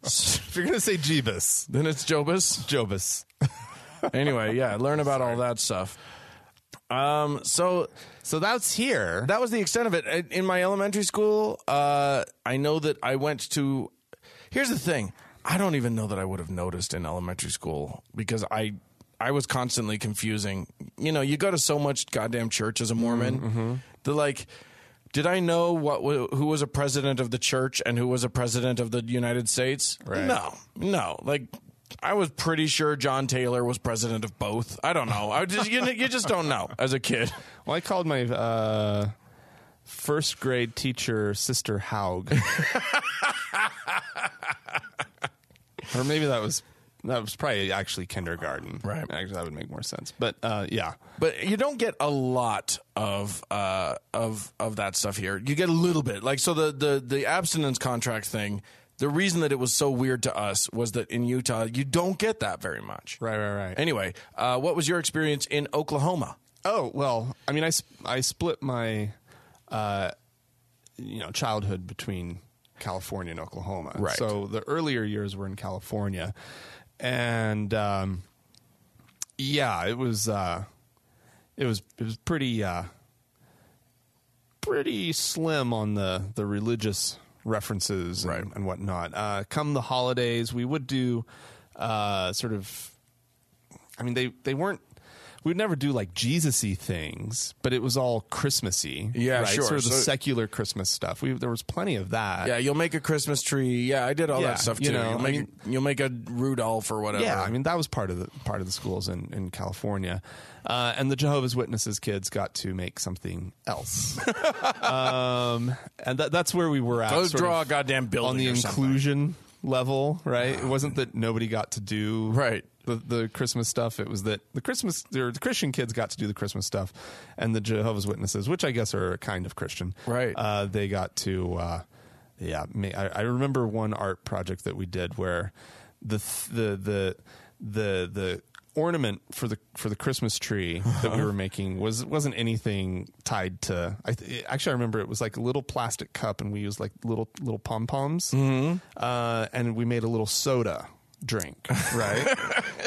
Speaker 1: If you're gonna say Jeebus,
Speaker 2: then it's Jobus.
Speaker 1: Jobus.
Speaker 2: Anyway, yeah, learn about all that stuff. Um, so
Speaker 1: So that's here.
Speaker 2: that was the extent of it. I- In my elementary school, uh, I know that I went to. Here's the thing: I don't even know that I would have noticed in elementary school because I, I was constantly confusing. You know, you go to so much goddamn church as a Mormon. They're like. Did I know what wa- who was a president of the church and who was a president of the United States? No, no. Like I was pretty sure John Taylor was president of both. I don't know. I just you, you just don't know as a kid. [LAUGHS]
Speaker 1: Well, I called my uh, first grade teacher Sister [LAUGHS] Haug. or maybe that was That was probably actually kindergarten.
Speaker 2: Right.
Speaker 1: Actually, that would make more sense. But uh, yeah.
Speaker 2: But you don't get a lot of uh, of of that stuff here. You get a little bit, like so the the the abstinence contract thing. The reason that it was so weird to us was that in Utah you don't get that very much.
Speaker 1: Right, right, right.
Speaker 2: Anyway, uh, what was your experience in Oklahoma?
Speaker 1: Oh well, I mean, I sp- I split my, uh, you know, childhood between California and Oklahoma.
Speaker 2: Right.
Speaker 1: So the earlier years were in California, and um, yeah, it was uh, it was it was pretty uh, pretty slim on the the religious references and,
Speaker 2: Right.
Speaker 1: and whatnot. Uh, come the holidays, we would do uh, sort of I mean, they they weren't. We would never do like Jesusy things, but it was all Christmassy.
Speaker 2: Yeah,
Speaker 1: right?
Speaker 2: sure.
Speaker 1: Sort of the
Speaker 2: So-
Speaker 1: secular Christmas stuff. We there was plenty of that.
Speaker 2: Yeah, you'll make a Christmas tree. Yeah, I did all
Speaker 1: Yeah,
Speaker 2: that stuff too.
Speaker 1: you know,
Speaker 2: you'll,
Speaker 1: I
Speaker 2: make,
Speaker 1: mean-
Speaker 2: you'll make a Rudolph or whatever.
Speaker 1: Yeah, I mean that was part of the part of the schools in in California, uh, and the Jehovah's Witnesses kids got to make something
Speaker 2: [LAUGHS]
Speaker 1: else, um, and that, that's where we were at.
Speaker 2: Go
Speaker 1: sort
Speaker 2: draw
Speaker 1: of
Speaker 2: a goddamn building
Speaker 1: on the
Speaker 2: or something.
Speaker 1: inclusion level, right? It wasn't that nobody got to do
Speaker 2: Right.
Speaker 1: the, the Christmas stuff. It was that the Christmas or the Christian kids got to do the Christmas stuff, and the Jehovah's Witnesses, which I guess are a kind of Christian,
Speaker 2: Right.
Speaker 1: Uh, they got to, uh, yeah. ma- I, I remember one art project that we did where the th- the the the the ornament for the for the Christmas tree that we were making was wasn't anything tied to. I th- actually I remember it was like a little plastic cup, and we used like little little pom poms, uh, and we made a little soda drink, right?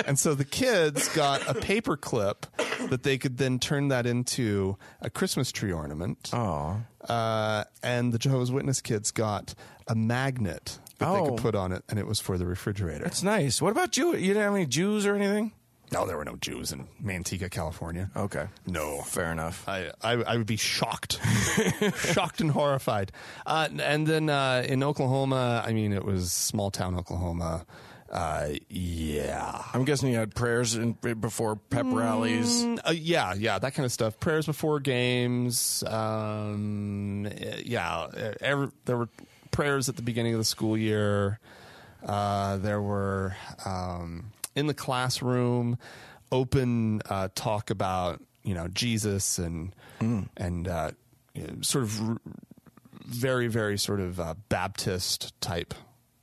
Speaker 1: and so the kids got a paper clip that they could then turn that into a Christmas tree ornament. Oh. Uh, and the Jehovah's Witness kids got a magnet that they
Speaker 2: Oh.
Speaker 1: could put on it, and it was for the refrigerator.
Speaker 2: it's nice. What about you? You didn't have any Jews or anything?
Speaker 1: no, there were no Jews in Manteca, California.
Speaker 2: Okay.
Speaker 1: No.
Speaker 2: Fair enough.
Speaker 1: I, I, I would be shocked, [LAUGHS] shocked and horrified. Uh, and then uh, in Oklahoma, I mean, it was small town Oklahoma. Uh, yeah.
Speaker 2: I'm guessing you had prayers in, before pep rallies.
Speaker 1: Uh, yeah, yeah, that kind of stuff. Prayers before games. Um, eh, yeah, eh, every, there were prayers at the beginning of the school year. Uh, there were um, in the classroom open uh, talk about you know Jesus and and uh, you know, sort of r- very very sort of uh, Baptist type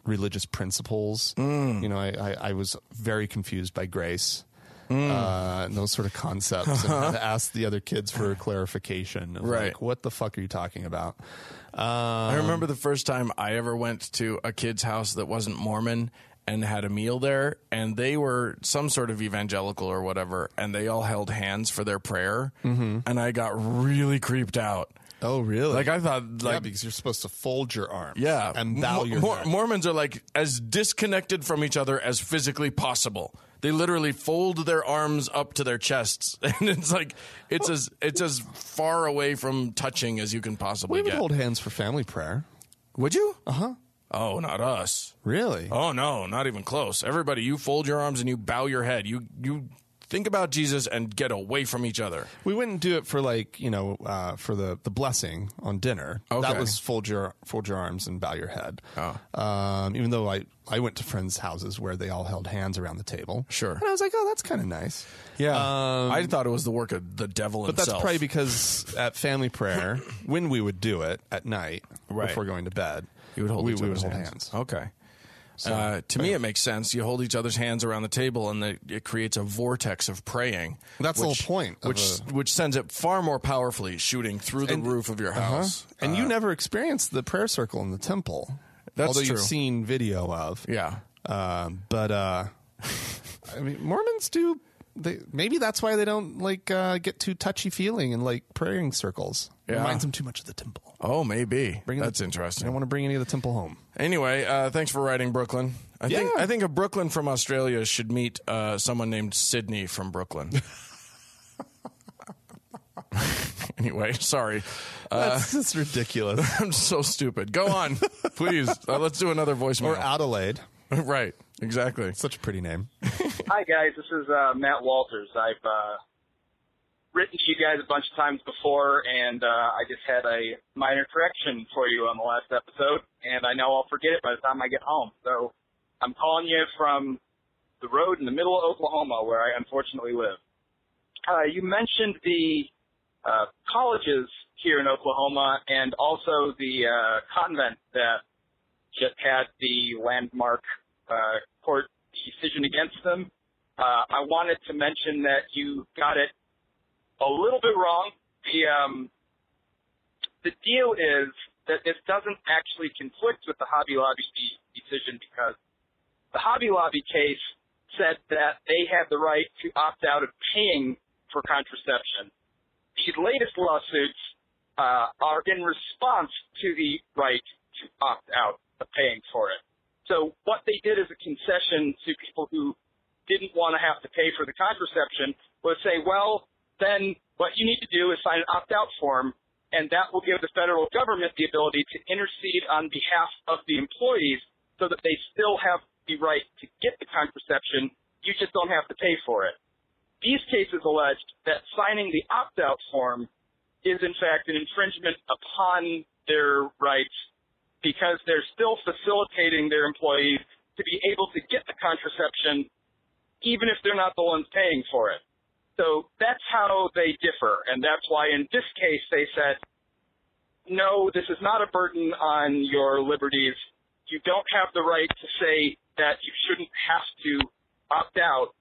Speaker 1: religious principles.
Speaker 2: Mm.
Speaker 1: You know, I, I, I was very confused by grace
Speaker 2: Mm.
Speaker 1: uh, and those sort of concepts and had to ask the other kids for clarification. Of
Speaker 2: Uh-huh. Right.
Speaker 1: Like, what the fuck are you talking about? Um,
Speaker 2: I remember the first time I ever went to a kid's house that wasn't Mormon and had a meal there, and they were some sort of evangelical or whatever, and they all held hands for their prayer,
Speaker 1: Mm-hmm.
Speaker 2: and I got really creeped out.
Speaker 1: Oh, really?
Speaker 2: Like I thought,
Speaker 1: yeah,
Speaker 2: like
Speaker 1: because you're supposed to fold your arms.
Speaker 2: yeah,
Speaker 1: And bow
Speaker 2: Mo-
Speaker 1: your
Speaker 2: Mor-
Speaker 1: head.
Speaker 2: Mormons are like as disconnected from each other as physically possible. They literally fold their arms up to their chests, [LAUGHS] and it's like it's as it's as far away from touching as you can possibly
Speaker 1: we would
Speaker 2: get.
Speaker 1: hold hands for family prayer.
Speaker 2: would you? Uh huh. Oh, not us.
Speaker 1: Really?
Speaker 2: Oh no, not even close. Everybody, you fold your arms and you bow your head. You you think about Jesus and get away from each other.
Speaker 1: We wouldn't do it for like you know uh, for the, the blessing on dinner.
Speaker 2: Okay. Oh.
Speaker 1: That was fold your fold your arms and bow your head. Um, even though I, I went to friends' houses where they all held hands around the table.
Speaker 2: Sure.
Speaker 1: And I was like, oh, that's kind of nice. Uh,
Speaker 2: Yeah, I thought it was the work of the devil
Speaker 1: Um, But that's
Speaker 2: himself.
Speaker 1: probably because at family
Speaker 2: [COUGHS]
Speaker 1: prayer, when we would do it at night
Speaker 2: Right.
Speaker 1: before going to bed,
Speaker 2: you would hold
Speaker 1: we,
Speaker 2: each
Speaker 1: we
Speaker 2: other's
Speaker 1: would hold
Speaker 2: hands. Okay. uh, to me, it makes sense. You hold each other's hands around the table, and the, it creates a vortex of praying.
Speaker 1: That's the whole point of
Speaker 2: Which which sends it far more powerfully, shooting through the roof of your
Speaker 1: Uh-huh.
Speaker 2: house.
Speaker 1: And you never experienced the prayer circle in the temple.
Speaker 2: That's
Speaker 1: although
Speaker 2: true.
Speaker 1: you've seen video of.
Speaker 2: Yeah.
Speaker 1: Um, but uh, [LAUGHS] I mean, Mormons do. They, maybe that's why they don't like uh, get too touchy feeling in like praying circles.
Speaker 2: Yeah.
Speaker 1: Reminds them too much of the temple.
Speaker 2: Oh, maybe.
Speaker 1: Bring
Speaker 2: that's
Speaker 1: the,
Speaker 2: interesting.
Speaker 1: I don't want to bring any of the temple home.
Speaker 2: Anyway, uh, thanks for writing, Brooklyn. I think
Speaker 1: Yeah.
Speaker 2: I think a Brooklyn from Australia should meet uh, someone named Sydney from Brooklyn.
Speaker 1: [LAUGHS]
Speaker 2: [LAUGHS] anyway, sorry, uh,
Speaker 1: [LAUGHS] That's, that's ridiculous.
Speaker 2: I'm so stupid. Go on, please. Uh, let's do another
Speaker 1: [LAUGHS] or
Speaker 2: voicemail.
Speaker 1: Adelaide,
Speaker 2: [LAUGHS] right, exactly.
Speaker 1: such a pretty name.
Speaker 6: Hi guys, this is uh, Matt Walters. I've uh, written to you guys a bunch of times before, and uh, I just had a minor correction for you on the last episode, and I know I'll forget it by the time I get home. So I'm calling you from the road in the middle of Oklahoma, where I unfortunately live. Uh, you mentioned the uh, colleges here in Oklahoma and also the uh, convent that just had the landmark uh, court decision against them. Uh, I wanted to mention that you got it a little bit wrong. The um, the deal is that this doesn't actually conflict with the Hobby Lobby de- decision because the Hobby Lobby case said that they had the right to opt out of paying for contraception. These latest lawsuits uh, are in response to the right to opt out of paying for it. So what they did as a concession to people who didn't want to have to pay for the contraception was say, well, then what you need to do is sign an opt-out form, and that will give the federal government the ability to intercede on behalf of the employees so that they still have the right to get the contraception. You just don't have to pay for it. These cases alleged that signing the opt-out form is in fact an infringement upon their rights because they're still facilitating their employees to be able to get the contraception even if they're not the ones paying for it. So that's how they differ, and that's why in this case they said, no, this is not a burden on your liberties. You don't have the right to say that you shouldn't have to opt out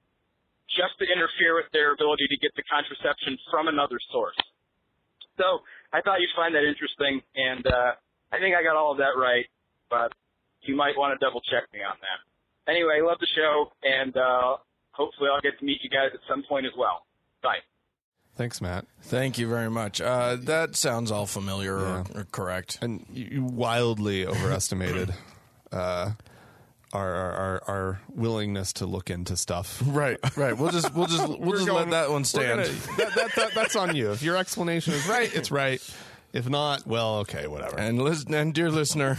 Speaker 6: just to interfere with their ability to get the contraception from another source. So I thought you'd find that interesting, and uh, I think I got all of that right, but you might want to double check me on that. Anyway, love the show, and uh, hopefully I'll get to meet you guys at some point as well. Bye.
Speaker 1: Thanks, Matt.
Speaker 2: Thank you very much. Uh, that sounds all familiar or, or correct.
Speaker 1: And you you [LAUGHS] wildly overestimated uh, our, our, our our willingness to look into stuff.
Speaker 2: Right, right. We'll just we'll just we'll
Speaker 1: We're
Speaker 2: just
Speaker 1: going-
Speaker 2: let that one
Speaker 1: we're
Speaker 2: stand.
Speaker 1: gonna- [LAUGHS] that, that, that, that's on you. If your explanation is right, it's right. If not, well, okay, whatever.
Speaker 2: And listen, and dear listener,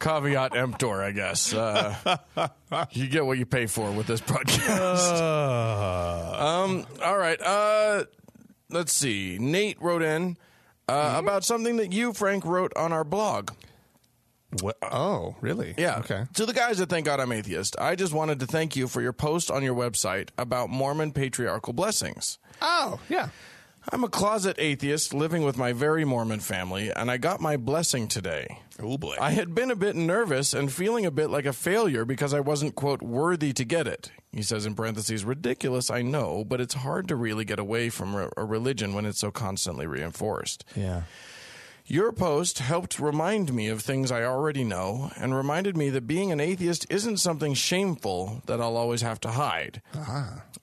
Speaker 2: caveat emptor, I guess. Uh, you get what you pay for with this podcast. Um, all right. Uh, let's see. Nate wrote in uh, about something that you, Frank, wrote on our blog.
Speaker 1: What- oh, really?
Speaker 2: Yeah.
Speaker 1: Okay.
Speaker 2: To the guys at Thank God I'm Atheist, I just wanted to thank you for your post on your website about Mormon patriarchal blessings.
Speaker 1: Oh, yeah.
Speaker 2: I'm a closet atheist living with my very Mormon family, and I got my blessing today.
Speaker 1: Oh boy.
Speaker 2: I had been a bit nervous and feeling a bit like a failure because I wasn't, quote, worthy to get it. He says in parentheses, ridiculous, I know, but it's hard to really get away from re- a religion when it's so constantly reinforced.
Speaker 1: yeah.
Speaker 2: Your post helped remind me of things I already know and reminded me that being an atheist isn't something shameful that I'll always have to hide.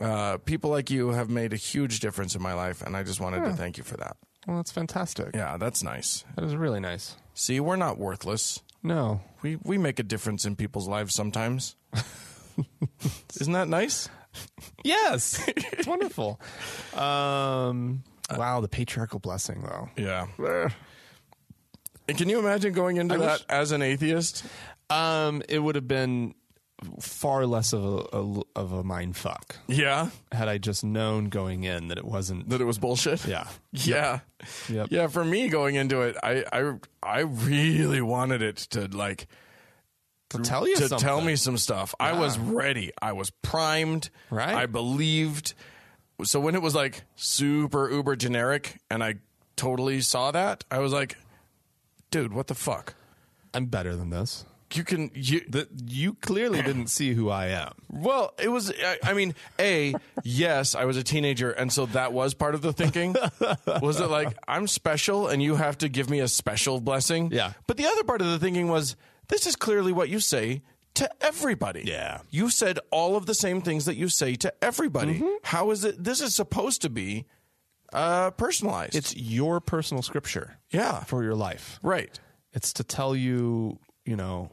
Speaker 2: Uh, people like you have made a huge difference in my life, and I just wanted to thank you for that.
Speaker 1: Well, that's fantastic.
Speaker 2: Yeah, that's nice.
Speaker 1: That is really nice.
Speaker 2: See, we're not worthless.
Speaker 1: No.
Speaker 2: We, we make a difference in people's lives
Speaker 1: [LAUGHS]
Speaker 2: sometimes. Isn't that nice?
Speaker 1: [LAUGHS] Yes. it's wonderful. Um, wow, the patriarchal blessing, though.
Speaker 2: Yeah. And can you imagine going into that
Speaker 1: wish-
Speaker 2: as an atheist?
Speaker 1: Um, it would have been far less of a, a of a mind fuck
Speaker 2: Yeah.
Speaker 1: had I just known going in that it wasn't.
Speaker 2: That it was bullshit?
Speaker 1: yeah.
Speaker 2: [LAUGHS] Yeah.
Speaker 1: Yep.
Speaker 2: Yeah, for me going into it, I I I really wanted it to like
Speaker 1: To tell you
Speaker 2: to
Speaker 1: something.
Speaker 2: tell me some stuff. I was ready. I was primed.
Speaker 1: Right.
Speaker 2: I believed. So when it was like super uber generic and I totally saw that, I was like, dude, what the fuck?
Speaker 1: I'm better than this.
Speaker 2: You can you
Speaker 1: That you clearly didn't see who I am.
Speaker 2: Well, it was. I, I mean, a yes, I was a teenager, and so that was part of the thinking. was it like I'm special, and you have to give me a special blessing?
Speaker 1: Yeah.
Speaker 2: But the other part of the thinking was this is clearly what you say to everybody.
Speaker 1: Yeah.
Speaker 2: You said all of the same things that you say to everybody.
Speaker 1: Mm-hmm.
Speaker 2: How is it? This is supposed to be uh, personalized.
Speaker 1: It's your personal scripture
Speaker 2: yeah.
Speaker 1: for your life.
Speaker 2: right.
Speaker 1: It's to tell you, you know,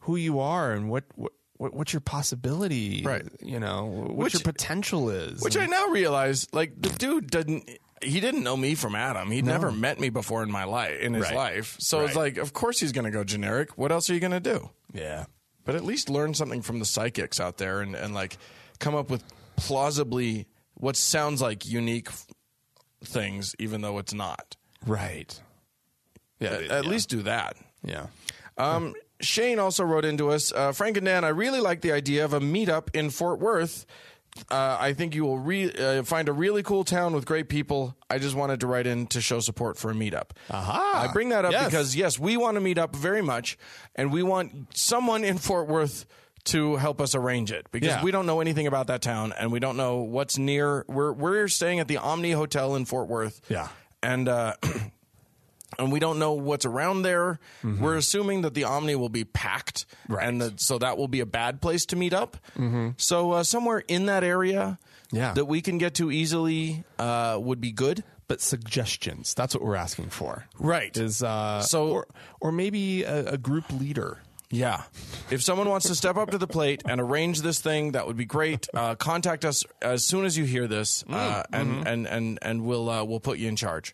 Speaker 1: who you are and what what what- what's your possibility,
Speaker 2: Right.
Speaker 1: You know, what
Speaker 2: Which-
Speaker 1: your potential is.
Speaker 2: Which I now realize, like the dude didn't. He didn't know me from Adam. He'd never met me before in my life, in his
Speaker 1: Right.
Speaker 2: life. So it's
Speaker 1: Right.
Speaker 2: like, of course he's going to go generic. What else are you going to do?
Speaker 1: yeah,
Speaker 2: But at least learn something from the psychics out there, and, and like come up with plausibly what sounds like unique f- things, even though it's not.
Speaker 1: right.
Speaker 2: Yeah, at least do that.
Speaker 1: Yeah.
Speaker 2: Um, Shane also wrote into us uh, Frank and Dan, I really like the idea of a meetup in Fort Worth. Uh, I think you will re- uh, find a really cool town with great people. I just wanted to write in to show support for a meetup.
Speaker 1: Aha.
Speaker 2: I bring that up
Speaker 1: Yes.
Speaker 2: because, yes, we want to meet up very much, and we want someone in Fort Worth to help us arrange it because
Speaker 1: Yeah.
Speaker 2: we don't know anything about that town and we don't know what's near. We're, we're staying at the Omni Hotel in Fort Worth.
Speaker 1: Yeah.
Speaker 2: And, uh, [CLEARS THROAT] and we don't know what's around there. We're assuming that the Omni will be packed,
Speaker 1: Mm-hmm. Right. Mm-hmm.
Speaker 2: and that, so that will be a bad place to meet up. So uh, somewhere in that area,
Speaker 1: Yeah.
Speaker 2: that we can get to easily uh, would be good.
Speaker 1: but suggestions. That's what we're asking for.
Speaker 2: Right.
Speaker 1: Is uh
Speaker 2: So-
Speaker 1: or, or maybe a, a group leader.
Speaker 2: Yeah, if someone wants to step up to the plate and arrange this thing, that would be great. Uh, contact us as soon as you hear this,
Speaker 1: Mm.
Speaker 2: uh, and,
Speaker 1: Mm-hmm.
Speaker 2: and and and we'll uh, we'll put you in charge.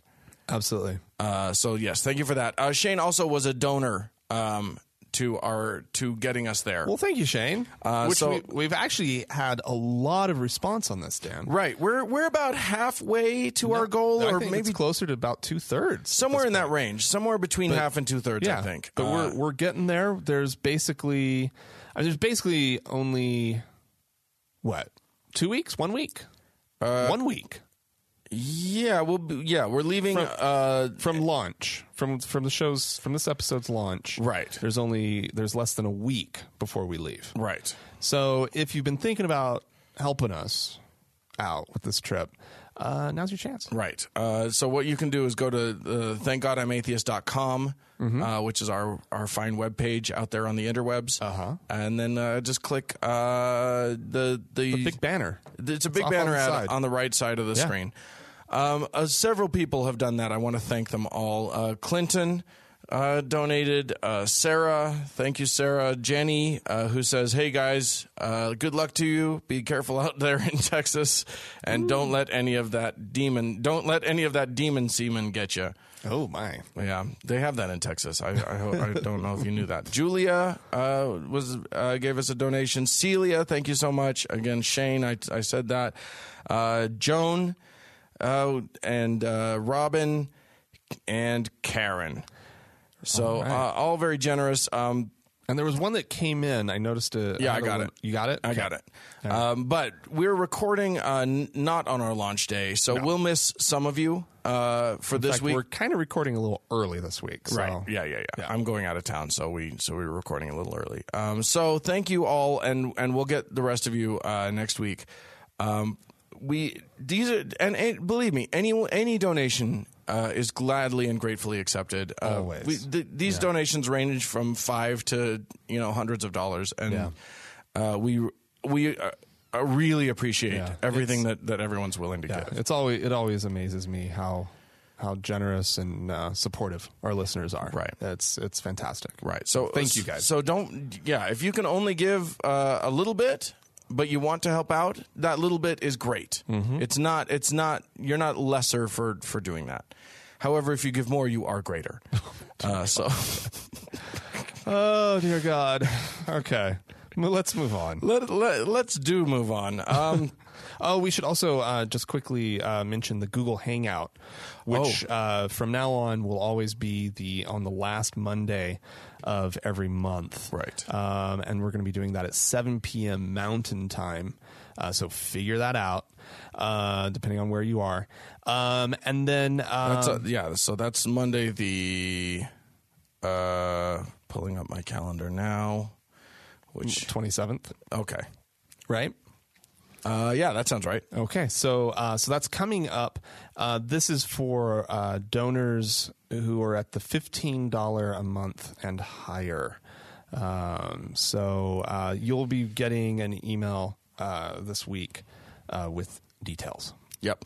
Speaker 1: Absolutely.
Speaker 2: Uh, so yes, thank you for that. Uh, Shane also was a donor um, to our to getting us there.
Speaker 1: Well, thank you, Shane.
Speaker 2: Uh,
Speaker 1: Which
Speaker 2: so-
Speaker 1: we, we've actually had a lot of response on this, Dan.
Speaker 2: Right. We're we're about halfway to our goal,
Speaker 1: I
Speaker 2: or
Speaker 1: think
Speaker 2: maybe
Speaker 1: it's closer to about two thirds.
Speaker 2: somewhere in that range, somewhere between half and two thirds.
Speaker 1: yeah,
Speaker 2: I think.
Speaker 1: But
Speaker 2: Uh,
Speaker 1: we're we're getting there. There's basically, I mean, there's basically only what Uh, two weeks, one week, one week
Speaker 2: yeah, we'll be, yeah, we're leaving. uh,
Speaker 1: from launch from from the show's from this episode's launch.
Speaker 2: Right.
Speaker 1: There's only there's less than a week before we leave.
Speaker 2: right.
Speaker 1: So if you've been thinking about helping us out with this trip, uh, now's your chance.
Speaker 2: Right. Uh, so what you can do is go to uh, thankgodimatheist.com,
Speaker 1: Mm-hmm.
Speaker 2: uh, which is our, our fine webpage out there on the interwebs. Uh-huh. And then uh, just click uh, the, the...
Speaker 1: Big banner.
Speaker 2: It's a big
Speaker 1: off on
Speaker 2: banner
Speaker 1: the
Speaker 2: ad
Speaker 1: side.
Speaker 2: on the right side of the
Speaker 1: Yeah.
Speaker 2: screen. Um, uh, several people have done that. I want to thank them all. Uh, Clinton uh, donated. Uh, Sarah, thank you, Sarah. Jenny, uh, who says, "Hey guys, uh, good luck to you. Be careful out there in [LAUGHS] Texas, and don't let any of that demon. Don't let any of that demon semen get you."
Speaker 1: Oh my!
Speaker 2: Yeah, they have that in Texas. I I, ho- I don't know if you knew
Speaker 1: [LAUGHS]
Speaker 2: that. Julia uh, was uh, gave us a donation. Celia, thank you so much again. Shane, I I said that. Uh, Joan, uh, and uh, Robin, and Karen. So all, uh, all very generous. Um,
Speaker 1: And there was one that came in. I noticed a.
Speaker 2: Yeah, I
Speaker 1: another
Speaker 2: got
Speaker 1: one.
Speaker 2: it.
Speaker 1: You got it.
Speaker 2: I
Speaker 1: Okay.
Speaker 2: got it. Um, but we're recording uh, n- not on our launch day, so we'll miss some of you uh, for
Speaker 1: In
Speaker 2: this
Speaker 1: fact,
Speaker 2: week.
Speaker 1: we're kind of recording a little early this week. So.
Speaker 2: Right. Yeah, yeah, yeah, I'm going out of town, so we so we were recording a little early. Um, so thank you all, and and we'll get the rest of you uh, next week. Um, we these are and, and believe me, any any donation uh, is gladly and gratefully accepted. Uh,
Speaker 1: Always.
Speaker 2: we- th- these donations range from five to you know hundreds of dollars, and uh, we we. Uh, I really appreciate
Speaker 1: Yeah.
Speaker 2: everything that, that everyone's willing to
Speaker 1: Yeah.
Speaker 2: give.
Speaker 1: It's always it always amazes me how how generous and uh, supportive our listeners are.
Speaker 2: Right.
Speaker 1: It's it's fantastic.
Speaker 2: Right. So
Speaker 1: Thank you, guys.
Speaker 2: So don't. Yeah. If you can only give uh, a little bit, but you want to help out, that little bit is great.
Speaker 1: Mm-hmm.
Speaker 2: It's not. It's not. You're not lesser for for doing that. However, if you give more, you are
Speaker 1: [LAUGHS]
Speaker 2: greater. Uh, so [LAUGHS]
Speaker 1: Oh dear God. [LAUGHS] Okay. Well, let's move on.
Speaker 2: let, let let's do move on. Um,
Speaker 1: Oh, we should also uh, just quickly uh, mention the Google Hangout, which uh, from now on will always be the on the last Monday of every month.
Speaker 2: Right.
Speaker 1: Um, and we're going to be doing that at 7 p.m. Mountain Time. Uh, so figure that out, uh, depending on where you are. Um, and then uh,
Speaker 2: that's, uh, yeah. So that's Monday. The uh, pulling up my calendar now. Which
Speaker 1: 27th,
Speaker 2: okay.
Speaker 1: right?
Speaker 2: Uh, yeah, that sounds right.
Speaker 1: Okay, so uh, so that's coming up. Uh, this is for uh, donors who are at the fifteen dollar a month and higher. Um, so uh, you'll be getting an email uh, this week uh, with details.
Speaker 2: Yep.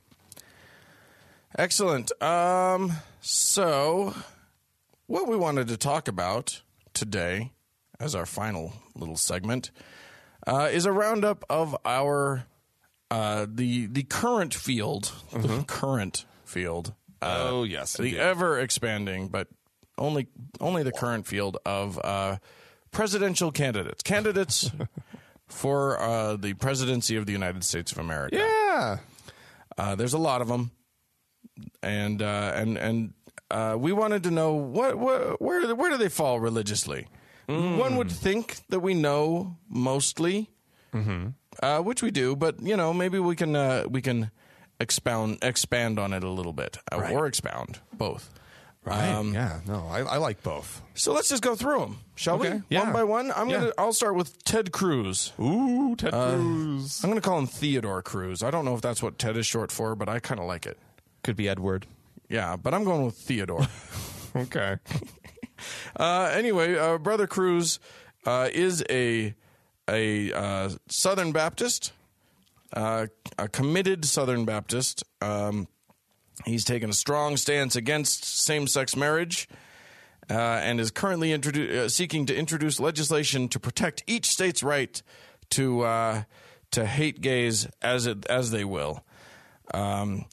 Speaker 2: Excellent. Um, so, what we wanted to talk about today, as our final little segment, uh, is a roundup of our uh, the the current field, the current field. Uh,
Speaker 1: Mm-hmm. Oh, yes,
Speaker 2: the
Speaker 1: indeed.
Speaker 2: ever expanding, but only only the current field of uh, presidential candidates,
Speaker 1: [LAUGHS]
Speaker 2: candidates for uh, the presidency of the United States of America.
Speaker 1: Yeah,
Speaker 2: Uh, there's a lot of them, and uh, and and uh, we wanted to know what, what where where do they fall religiously?
Speaker 1: Hmm.
Speaker 2: One would think that we know mostly,
Speaker 1: Mm-hmm.
Speaker 2: uh, which we do, but you know maybe we can uh, we can expound expand on it a little bit uh, or expound both.
Speaker 1: Right. yeah. No, I, I like both.
Speaker 2: So let's just go through them, shall
Speaker 1: Okay.
Speaker 2: we?
Speaker 1: Yeah.
Speaker 2: One by one. I'm
Speaker 1: Yeah.
Speaker 2: gonna. I'll start with Ted Cruz. Uh,
Speaker 1: Ooh, Ted Cruz.
Speaker 2: I'm gonna call him Theodore Cruz. I don't know if that's what Ted is short for, but I kind of like it.
Speaker 1: Could be Edward.
Speaker 2: Yeah, but I'm going with Theodore. [LAUGHS]
Speaker 1: [LAUGHS] Okay.
Speaker 2: uh, anyway, uh, Brother Cruz uh, is a a uh, Southern Baptist, uh, a committed Southern Baptist. Um, he's taken a strong stance against same-sex marriage. Uh, and is currently introdu- uh, seeking to introduce legislation to protect each state's right to uh, to hate gays as it as they will. Um,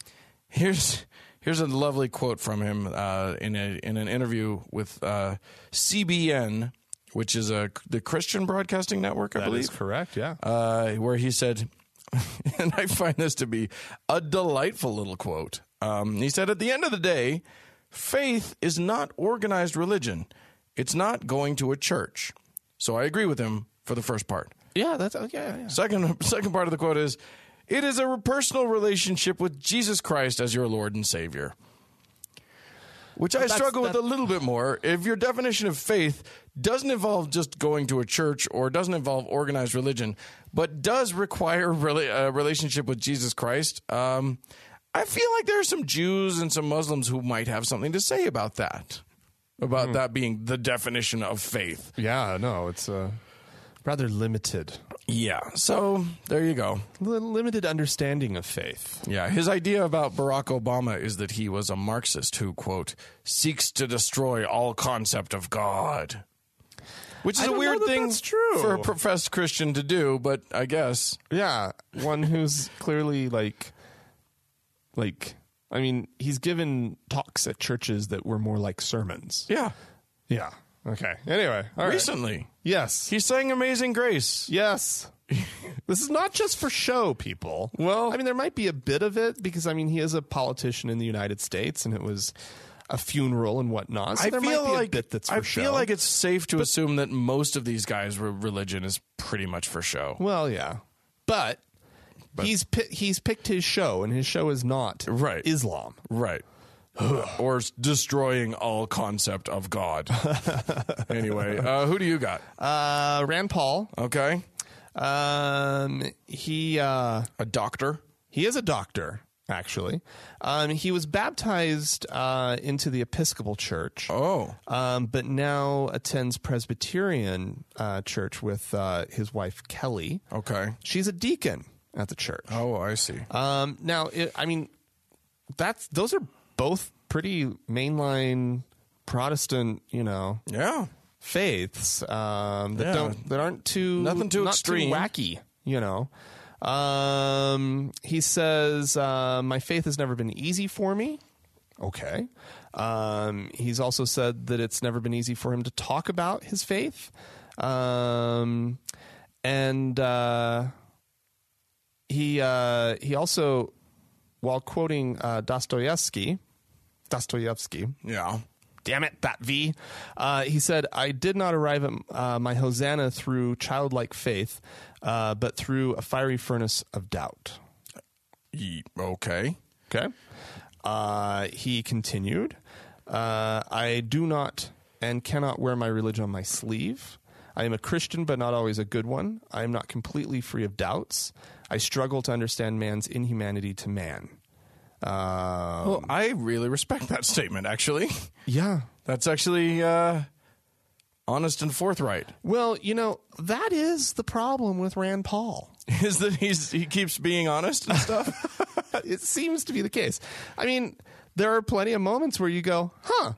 Speaker 2: here's here's a lovely quote from him uh, in a in an interview with uh, CBN, which is a the Christian Broadcasting Network, I
Speaker 1: That
Speaker 2: believe
Speaker 1: is correct. Yeah.
Speaker 2: uh, where he said, [LAUGHS] and I find this to be a delightful little quote. Um, he said, At the end of the day, faith is not organized religion, it's not going to a church. So I agree with him for the first part.
Speaker 1: yeah. That's okay. Yeah, yeah.
Speaker 2: Second, [LAUGHS] second part of the quote is, It is a personal relationship with Jesus Christ as your Lord and Savior. Which I
Speaker 1: that's-
Speaker 2: struggle with a
Speaker 1: that-
Speaker 2: little bit more. If your definition of faith doesn't involve just going to a church or doesn't involve organized religion, but does require [LAUGHS] really a relationship with Jesus Christ, um, I feel like there are some Jews and some Muslims who might have something to say about that, about that being the definition of faith.
Speaker 1: Yeah, no, it's uh, rather limited.
Speaker 2: Yeah. So there you go.
Speaker 1: Li- limited understanding of faith.
Speaker 2: Yeah, his idea about Barack Obama is that he was a Marxist who, quote, seeks to destroy all concept of God. Which is
Speaker 1: I
Speaker 2: a
Speaker 1: don't
Speaker 2: weird
Speaker 1: know that
Speaker 2: thing
Speaker 1: that's true.
Speaker 2: for a professed Christian to do, but I guess.
Speaker 1: Yeah, one who's clearly like, like, I mean, he's given talks at churches that were more like sermons.
Speaker 2: Yeah.
Speaker 1: Yeah. Okay. Anyway, all right.
Speaker 2: Recently,
Speaker 1: Yes.
Speaker 2: he sang Amazing Grace.
Speaker 1: Yes. this is not just for show, people.
Speaker 2: Well-
Speaker 1: I mean, there might be a bit of it because I mean, he is a politician in the United States, and it was a funeral and whatnot. So
Speaker 2: I
Speaker 1: there
Speaker 2: feel
Speaker 1: might be
Speaker 2: like
Speaker 1: a bit that's for
Speaker 2: I
Speaker 1: show.
Speaker 2: feel like it's safe to assume that most of these guys' re- religion is pretty much for show.
Speaker 1: Well, yeah, but, he's pi- he's picked his show, and his show is not
Speaker 2: Right.
Speaker 1: Islam.
Speaker 2: [SIGHS] Right. or s- destroying all concept of [LAUGHS] God. anyway, uh, who do you got?
Speaker 1: Uh, Rand Paul,
Speaker 2: Okay.
Speaker 1: um, he uh,
Speaker 2: A doctor.
Speaker 1: he is a doctor actually. Um, he was baptized uh, into the Episcopal Church.
Speaker 2: Oh.
Speaker 1: Um, but now attends Presbyterian uh, church with uh, his wife Kelly.
Speaker 2: Okay.
Speaker 1: She's a deacon at the church.
Speaker 2: Oh, I see.
Speaker 1: Um, now, it, I mean, that's those are both pretty mainline Protestant, you know,
Speaker 2: yeah.
Speaker 1: faiths um, that
Speaker 2: Yeah.
Speaker 1: don't that aren't too
Speaker 2: Nothing too
Speaker 1: not
Speaker 2: extreme.
Speaker 1: wacky, you know. Um, he says, uh, "My faith has never been easy for me." Okay. Um, he's also said that it's never been easy for him to talk about his faith, um, and uh, he uh, he also, while quoting uh, Dostoevsky, Dostoevsky,
Speaker 2: Yeah.
Speaker 1: damn it, that V. Uh, he said, I did not arrive at uh, my hosanna through childlike faith, uh, but through a fiery furnace of doubt.
Speaker 2: Ye- okay.
Speaker 1: Okay. Uh, he continued, uh, I do not and cannot wear my religion on my sleeve. I am a Christian, but not always a good one. I am not completely free of doubts. I struggle to understand man's inhumanity to man. Uh,
Speaker 2: Well, I really respect that statement. Actually,
Speaker 1: yeah.
Speaker 2: that's actually uh, honest and forthright. [LAUGHS]
Speaker 1: Well, you know, that is the problem with Rand Paul.
Speaker 2: Is that he's he keeps being honest and stuff?
Speaker 1: [LAUGHS] it seems to be the case. I mean, there are plenty of moments where you go, huh,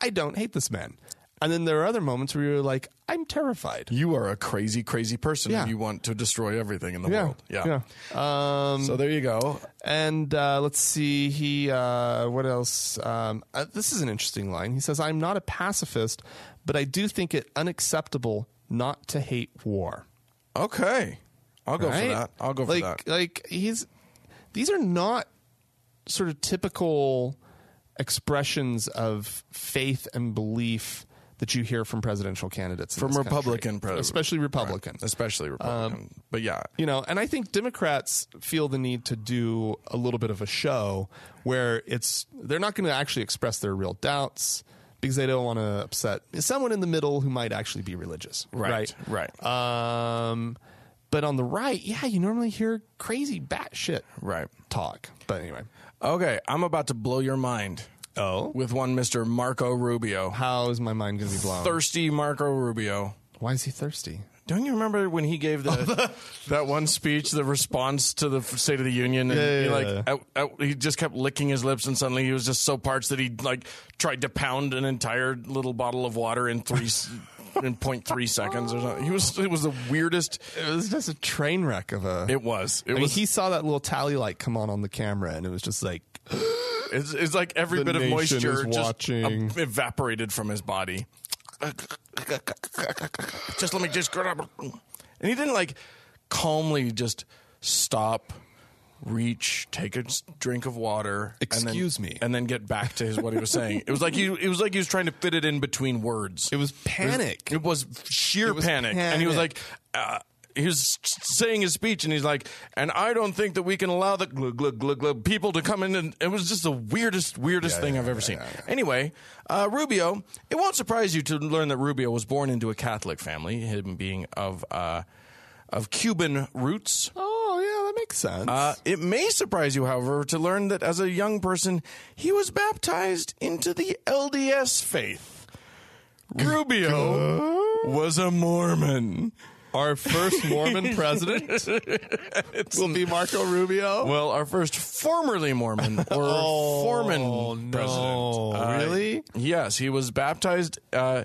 Speaker 1: I don't hate this man. And then there are other moments where you're like, I'm terrified.
Speaker 2: [LAUGHS] you are a crazy, crazy person.
Speaker 1: Yeah.
Speaker 2: and You want to destroy everything in the world. Yeah.
Speaker 1: Yeah. Um,
Speaker 2: So there you go.
Speaker 1: and uh, let's see, he, uh, what else? Um, uh, this is an interesting line. He says, I'm not a pacifist, but I do think it unacceptable not to hate war.
Speaker 2: Okay. I'll go
Speaker 1: right?
Speaker 2: for that. I'll go for
Speaker 1: like,
Speaker 2: that.
Speaker 1: Like he's these are not sort of typical expressions of faith and belief that you hear from presidential candidates in
Speaker 2: From
Speaker 1: this country.
Speaker 2: Republican pres-
Speaker 1: especially Republican.
Speaker 2: especially Republican.
Speaker 1: Um,
Speaker 2: but yeah,
Speaker 1: You know, and I think Democrats feel the need to do a little bit of a show where it's they're not going to actually express their real doubts because they don't want to upset someone in the middle who might actually be religious,
Speaker 2: Right,
Speaker 1: right?
Speaker 2: right.
Speaker 1: Um, but on the right, yeah, you normally hear crazy batshit
Speaker 2: Right.
Speaker 1: talk. But anyway,
Speaker 2: okay, I'm about to blow your mind
Speaker 1: oh,
Speaker 2: with one Mister Marco Rubio,
Speaker 1: how is my mind going to be blown?
Speaker 2: thirsty Marco Rubio.
Speaker 1: Why is he thirsty?
Speaker 2: Don't you remember when he
Speaker 1: [LAUGHS] Oh,
Speaker 2: gave the that one speech, the response to the State of the Union, and
Speaker 1: Yeah,
Speaker 2: he
Speaker 1: yeah,
Speaker 2: like
Speaker 1: yeah.
Speaker 2: Out, out, he just kept licking his lips, and suddenly he was just so parched that he like tried to pound an entire little bottle of water in three s- in point three seconds or something. He was it was the weirdest.
Speaker 1: It was just a train wreck of a.
Speaker 2: It was it
Speaker 1: I mean,
Speaker 2: was.
Speaker 1: he saw that little tally light come on on the camera, and it was just like,
Speaker 2: it's, it's like every
Speaker 1: The
Speaker 2: bit of
Speaker 1: nation
Speaker 2: moisture
Speaker 1: is
Speaker 2: just
Speaker 1: watching.
Speaker 2: ev- evaporated from his body. just let me just grab. And he didn't like calmly just stop, reach, take a s- drink of water.
Speaker 1: Excuse
Speaker 2: and then,
Speaker 1: me.
Speaker 2: and then get back to his what he was saying. it was like he it was like he was trying to fit it in between words.
Speaker 1: it was panic.
Speaker 2: It was sheer
Speaker 1: It was
Speaker 2: panic. And he was like,
Speaker 1: panic.
Speaker 2: uh, he was saying his speech, and he's like, and I don't think that we can allow the glug, glug, glug, glug people to come in. And it was just the weirdest, weirdest thing I've ever seen. Anyway, uh, Rubio, it won't surprise you to learn that Rubio was born into a Catholic family, him being of, uh, of Cuban roots.
Speaker 1: Oh yeah, that makes sense.
Speaker 2: Uh, it may surprise you, however, to learn that as a young person, he was baptized into the LDS faith. Rubio was a Mormon.
Speaker 1: Our first
Speaker 2: [LAUGHS]
Speaker 1: Mormon president will be Marco [LAUGHS] Rubio.
Speaker 2: Well, our first formerly
Speaker 1: [LAUGHS]
Speaker 2: Mormon or foreman
Speaker 1: Oh, no.
Speaker 2: president. Uh,
Speaker 1: Really?
Speaker 2: Yes, he was baptized. Uh,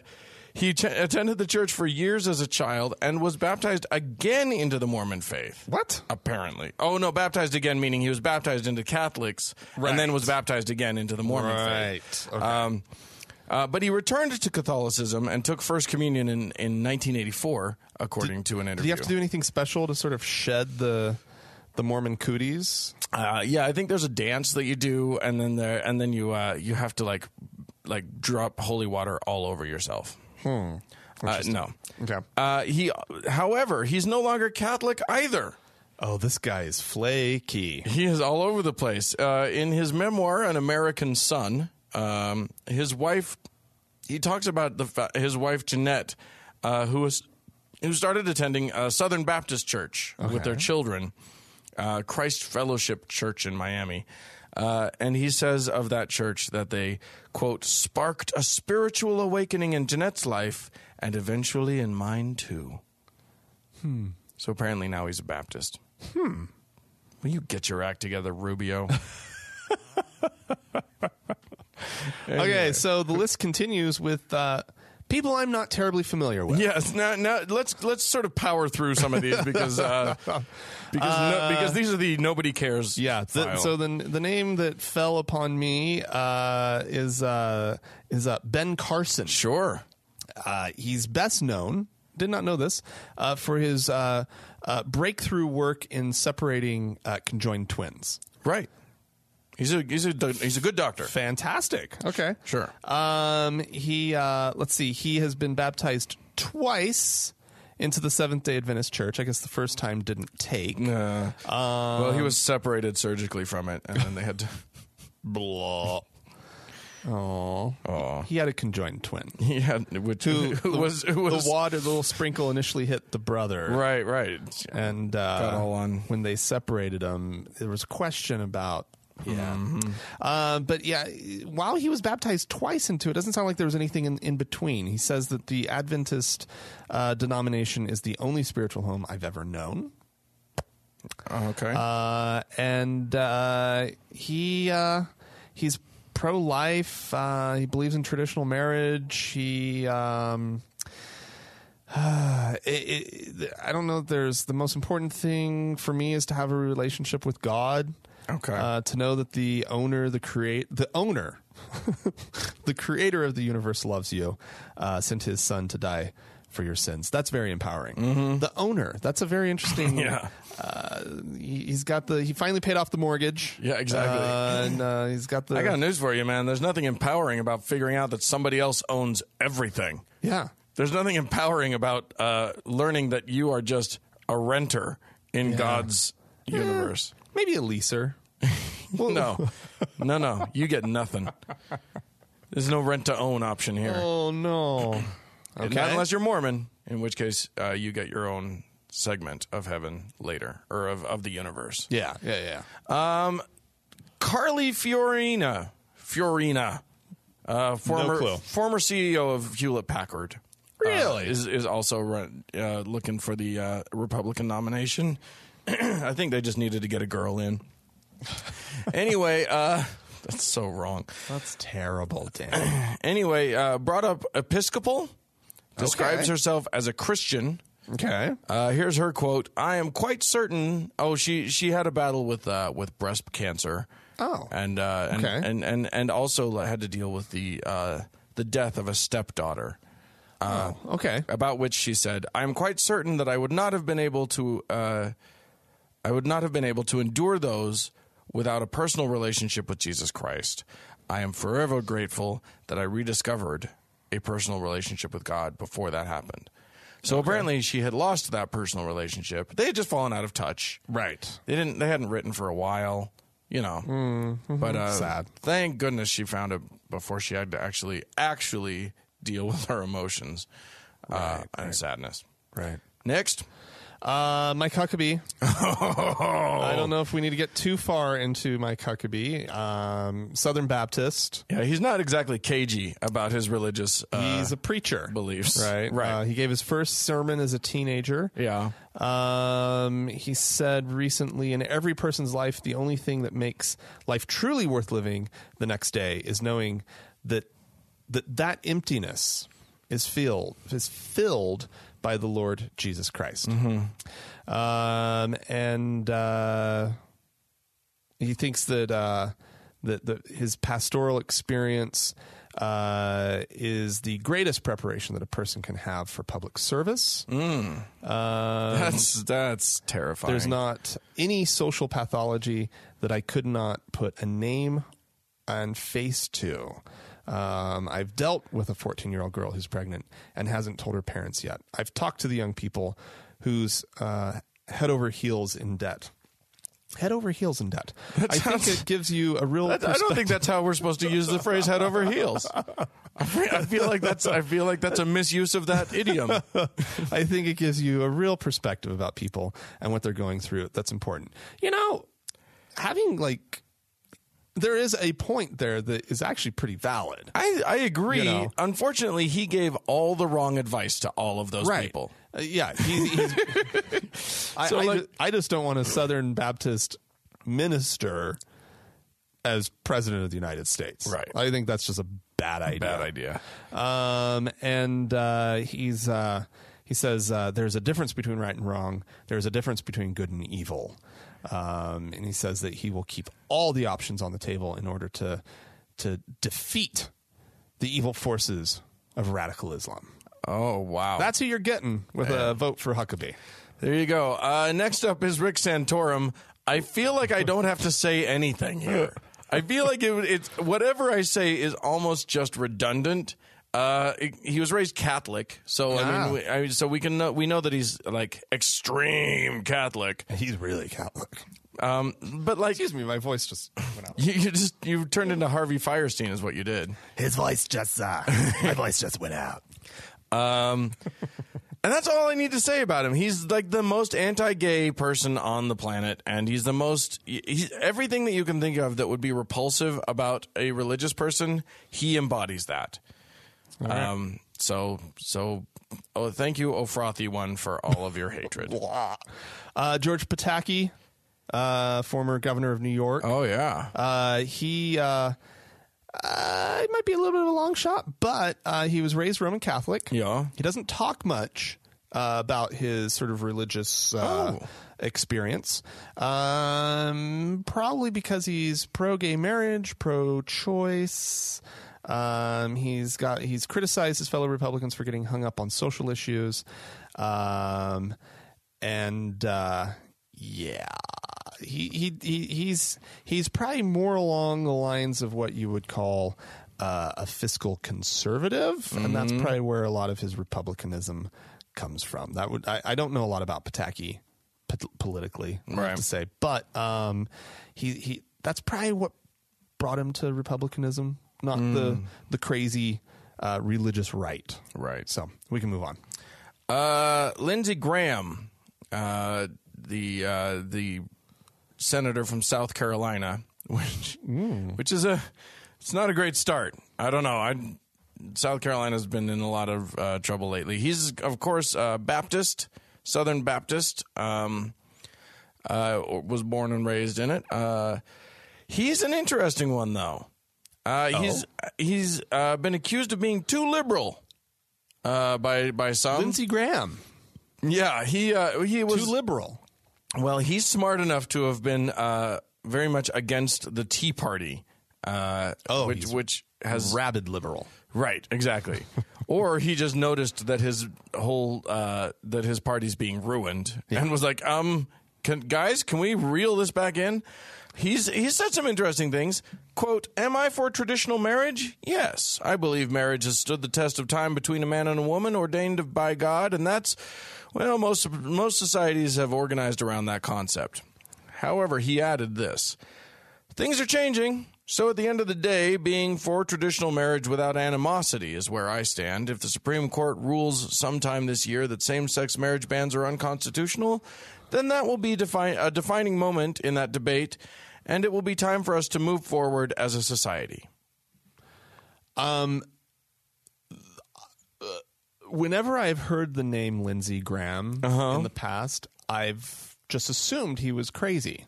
Speaker 2: he ch- attended the church for years as a child and was baptized again into the Mormon faith.
Speaker 1: What?
Speaker 2: apparently. Oh no, baptized again meaning he was baptized into Catholics
Speaker 1: Right.
Speaker 2: and then was baptized again into the Mormon faith.
Speaker 1: Right. Okay.
Speaker 2: Um, uh, but he returned to Catholicism and took First Communion in, in 1984, according to an
Speaker 1: Did you
Speaker 2: interview.
Speaker 1: have to do anything special to sort of shed the the Mormon cooties?
Speaker 2: uh, yeah, I think there's a dance that you do, and then there, and then you uh, you have to like like drop holy water all over yourself. Hmm. Uh, no.
Speaker 1: Okay.
Speaker 2: Uh, he, however, he's no longer Catholic either.
Speaker 1: Oh, this guy is flaky.
Speaker 2: [LAUGHS] He is all over the place. Uh, in his memoir, An American Son, um, his wife, he talks about the fa- his wife Jeanette, uh, who was who started attending a Southern Baptist Church with their children, uh, Christ Fellowship Church in Miami. Uh, and he says of that church that they, quote, sparked a spiritual awakening in Jeanette's life and eventually in mine too. Hmm. So apparently now he's a Baptist. Will you get your act together,
Speaker 1: [LAUGHS]
Speaker 2: Rubio?
Speaker 1: Okay, so the list continues with uh, people I'm not terribly familiar with.
Speaker 2: yes. Now, now let's let's sort of power through some of these because uh, because no, because these are the nobody cares.
Speaker 1: Uh, Yeah. the-
Speaker 2: file.
Speaker 1: so the the name that fell upon me uh, is uh, is uh, Ben Carson.
Speaker 2: sure.
Speaker 1: Uh, he's best known, did not know this, uh, for his uh, uh, breakthrough work in separating uh, conjoined twins.
Speaker 2: Right. He's a he's a do- he's a good doctor.
Speaker 1: Fantastic. Okay.
Speaker 2: Sure.
Speaker 1: Um, he, uh, let's see, he has been baptized twice into the Seventh day Adventist Church. I guess the first time didn't take.
Speaker 2: Uh, well, he was separated surgically from it, and then they had to. [LAUGHS]
Speaker 1: Blah. Oh.
Speaker 2: Oh.
Speaker 1: He had a conjoined twin.
Speaker 2: He had which
Speaker 1: Who,
Speaker 2: [LAUGHS] who was who was
Speaker 1: the water, the little sprinkle initially hit the brother.
Speaker 2: right right.
Speaker 1: and uh,
Speaker 2: Got all on.
Speaker 1: when they separated them. There was a question about. Yeah,
Speaker 2: Mm-hmm.
Speaker 1: uh, but yeah, while he was baptized twice into it, doesn't sound like there was anything in, in between. He says that the Adventist uh, denomination is the only spiritual home I've ever known,
Speaker 2: Okay.
Speaker 1: uh, and uh, he uh, he's pro life. Uh, he believes in traditional marriage. He um, [SIGHS] it, it, I don't know. if There's the most important thing for me is to have a relationship with God.
Speaker 2: Okay.
Speaker 1: Uh, to know that the owner, the create, the owner, [LAUGHS] the creator of the universe loves you, uh, sent his son to die for your sins. That's very empowering. The owner, that's a very interesting.
Speaker 2: Mm-hmm. [LAUGHS] Yeah.
Speaker 1: uh, he- he's got the. He finally paid off the mortgage.
Speaker 2: Yeah, exactly.
Speaker 1: Uh, and uh, he's got the.
Speaker 2: I got news for you, man. There's nothing empowering about figuring out that somebody else owns everything.
Speaker 1: yeah.
Speaker 2: There's nothing empowering about uh, learning that you are just a renter in God's universe.
Speaker 1: Maybe a leaser.
Speaker 2: No, no, no. You get nothing. There's no rent to own option here.
Speaker 1: Oh no.
Speaker 2: Not unless you're Mormon, in which case uh, you get your own segment of heaven later or of, of the universe.
Speaker 1: [CLEARS THROAT] Yeah. Yeah. Yeah.
Speaker 2: Carly Fiorina, Fiorina, uh, former
Speaker 1: clue.
Speaker 2: former CEO of Hewlett Packard, uh,
Speaker 1: Really?
Speaker 2: is is also run, uh, looking for the uh, Republican nomination. [CLEARS THROAT] I think they just needed to get a girl
Speaker 1: [LAUGHS]
Speaker 2: in. anyway, uh, that's so wrong.
Speaker 1: That's terrible, Dan.
Speaker 2: Anyway, uh, brought up Episcopal, describes
Speaker 1: Okay.
Speaker 2: herself as a Christian.
Speaker 1: [CLEARS THROAT] okay.
Speaker 2: Uh, here's her quote: "I am quite certain." Oh, she she had a battle with uh, with breast cancer.
Speaker 1: Oh.
Speaker 2: and uh, and,
Speaker 1: Okay.
Speaker 2: and and and also had to deal with the uh, the death of a stepdaughter. Uh,
Speaker 1: Okay.
Speaker 2: About which she said, "I am quite certain that I would not have been able to, uh, I would not have been able to endure those without a personal relationship with Jesus Christ. I am forever grateful that I rediscovered a personal relationship with God before that happened." So apparently, she had lost that personal relationship. They had just fallen out of touch.
Speaker 1: Right.
Speaker 2: They didn't. They hadn't written for a while, you know. But uh,
Speaker 1: Mm-hmm. Sad.
Speaker 2: Thank goodness she found it before she had to actually actually deal with her emotions uh, and sadness.
Speaker 1: Right.
Speaker 2: Next,
Speaker 1: Uh, Mike Huckabee. [LAUGHS]
Speaker 2: Oh.
Speaker 1: I don't know if we need to get too far into Mike Huckabee. Um, Southern Baptist.
Speaker 2: yeah, he's not exactly cagey about his religious. Uh,
Speaker 1: He's a preacher.
Speaker 2: beliefs.
Speaker 1: Right.
Speaker 2: Right.
Speaker 1: Uh, he gave his first sermon as a teenager.
Speaker 2: yeah.
Speaker 1: Um, he said recently, in every person's life, the only thing that makes life truly worth living the next day is knowing that that, that emptiness is filled is filled by the Lord Jesus Christ. Um, and uh, he thinks that uh, that the, his pastoral experience uh, is the greatest preparation that a person can have for public service.
Speaker 2: That's that's terrifying.
Speaker 1: Um, There's not any social pathology that I could not put a name and face to. Um, I've dealt with a 14 year old girl who's pregnant and hasn't told her parents yet. I've talked to the young people who's uh, head over heels in debt. Head over heels in debt. I think it gives you a real.
Speaker 2: [LAUGHS] I, I don't think that's how we're supposed to use the phrase "head over heels." I feel- I feel like that's I feel like that's a misuse of that
Speaker 1: [LAUGHS]
Speaker 2: idiom.
Speaker 1: I think it gives you a real perspective about people and what they're going through. That's important. You know, having like there is a point there that is actually pretty valid.
Speaker 2: I, I agree.
Speaker 1: You know?
Speaker 2: Unfortunately, he gave all the wrong advice to all of those people.
Speaker 1: Uh, yeah. He, he's,
Speaker 2: [LAUGHS]
Speaker 1: I,
Speaker 2: So,
Speaker 1: I,
Speaker 2: like-
Speaker 1: ju- I just don't want a Southern Baptist minister as president of the United States.
Speaker 2: Right.
Speaker 1: I think that's just a bad idea.
Speaker 2: Bad idea.
Speaker 1: Um, and uh, he's uh, he says uh, there's a difference between right and wrong. There's a difference between good and evil. Um, and he says that he will keep all the options on the table in order to to defeat the evil forces of radical Islam.
Speaker 2: Oh wow!
Speaker 1: That's who you're getting with a vote for Huckabee.
Speaker 2: there you go. Uh, next up is Rick Santorum. I feel like I don't have to say anything here. I feel like it, it's whatever I say is almost just redundant. Uh, it- he was raised Catholic, so I
Speaker 1: Ah.
Speaker 2: mean, we, I mean, so we can know, we know that he's like extreme Catholic.
Speaker 1: He's really Catholic.
Speaker 2: Um, but like
Speaker 1: Excuse me, my voice just went out.
Speaker 2: you, you just you turned into Harvey Firestein is what you did.
Speaker 1: [LAUGHS] His voice just uh, my voice just went out.
Speaker 2: Um, and that's all I need to say about him. He's like the most anti-gay person on the planet, and he's the most he's, everything that you can think of that would be repulsive about a religious person. He embodies that. Um, so so, oh, thank you, O'Frothy one, for all of your hatred.
Speaker 1: Uh, George Pataki, uh, former governor of New York.
Speaker 2: Oh yeah,
Speaker 1: Uh, he uh, uh, it might be a little bit of a long shot, but uh, he was raised Roman Catholic.
Speaker 2: Yeah.
Speaker 1: he doesn't talk much uh, about his sort of religious uh,
Speaker 2: Oh.
Speaker 1: experience. Um, probably because he's pro gay marriage, pro choice. Um, he's got he's criticized his fellow Republicans for getting hung up on social issues, um, and uh, yeah, he, he he he's he's probably more along the lines of what you would call uh, a fiscal conservative, and that's
Speaker 2: Mm-hmm.
Speaker 1: probably where a lot of his republicanism comes from. That would I, I don't know a lot about Pataki pot- politically, I have
Speaker 2: Right.
Speaker 1: to say, but um, he he that's probably what brought him to republicanism, not the
Speaker 2: Mm.
Speaker 1: the crazy uh, religious right.
Speaker 2: Right.
Speaker 1: So we can move on.
Speaker 2: Uh, Lindsey Graham, uh, the uh, the senator from South Carolina, [LAUGHS] which which is a it's not a great start. I don't know. I South Carolina's been in a lot of uh, trouble lately. He's of course uh, Baptist, Southern Baptist. Um, uh, was born and raised in it. Uh, he's an interesting one though. Uh, he's he's uh, been accused of being too liberal uh, by by some.
Speaker 1: Lindsey Graham,
Speaker 2: Yeah, he uh, he
Speaker 1: too
Speaker 2: was
Speaker 1: liberal.
Speaker 2: well. He's smart enough to have been uh, very much against the Tea Party. Uh,
Speaker 1: Oh,
Speaker 2: which
Speaker 1: he's
Speaker 2: which has
Speaker 1: rabid liberal.
Speaker 2: right exactly, or he just noticed that his whole uh, that his party's being ruined and was like, um, can, guys, can we reel this back in? He's he's said some interesting things. "Quote: Am I for traditional marriage? Yes, I believe marriage has stood the test of time between a man and a woman ordained by God, and that's well, most most societies have organized around that concept. However, he added this: Things are changing. So at the end of the day, being for traditional marriage without animosity is where I stand. If the Supreme Court rules sometime this year that same-sex marriage bans are unconstitutional, then that will be defi- a defining moment in that debate, and it will be time for us to move forward as a society.
Speaker 1: whenever I've heard the name Lindsey Graham
Speaker 2: Uh-huh.
Speaker 1: in the past, I've just assumed he was crazy.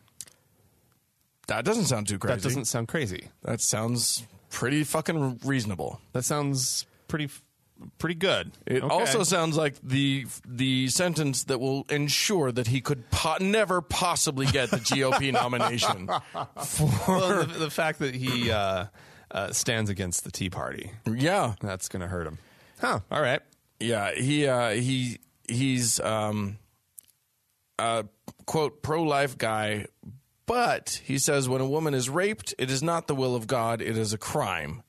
Speaker 2: That doesn't sound too crazy.
Speaker 1: That doesn't sound crazy.
Speaker 2: That sounds pretty fucking reasonable.
Speaker 1: That sounds pretty f- pretty good.
Speaker 2: It
Speaker 1: Okay.
Speaker 2: also sounds like the the sentence that will ensure that he could po- never possibly get the GOP
Speaker 1: [LAUGHS]
Speaker 2: nomination. [LAUGHS]
Speaker 1: Well, the, the fact that he uh, uh, stands against the Tea Party
Speaker 2: Yeah,
Speaker 1: that's going to hurt him. Huh. All right.
Speaker 2: yeah. He uh, he he's um, a quote pro life guy, but he says when a woman is raped, it is not the will of God; it is a crime.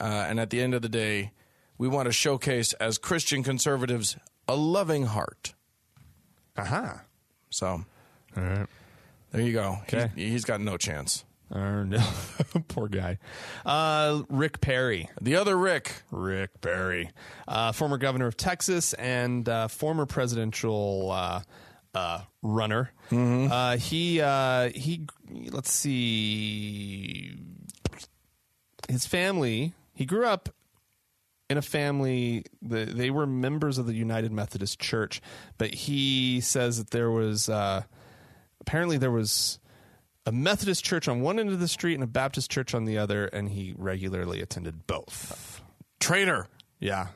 Speaker 2: Uh, and at the end of the day, we want to showcase as Christian conservatives a loving heart.
Speaker 1: Aha.
Speaker 2: So
Speaker 1: All right.
Speaker 2: there you go.
Speaker 1: Okay.
Speaker 2: He's, he's got no chance.
Speaker 1: Oh, no. [LAUGHS] Poor guy. Uh, Rick Perry.
Speaker 2: The other Rick.
Speaker 1: Rick Perry, uh, former governor of Texas and uh, former presidential uh, uh, runner. Uh, he uh, he. Let's see. His family. He grew up in a family the, they were members of the united methodist church but he says that there was uh, apparently there was a methodist church on one end of the street and a baptist church on the other and he regularly attended both
Speaker 2: [LAUGHS] Traitor.
Speaker 1: yeah.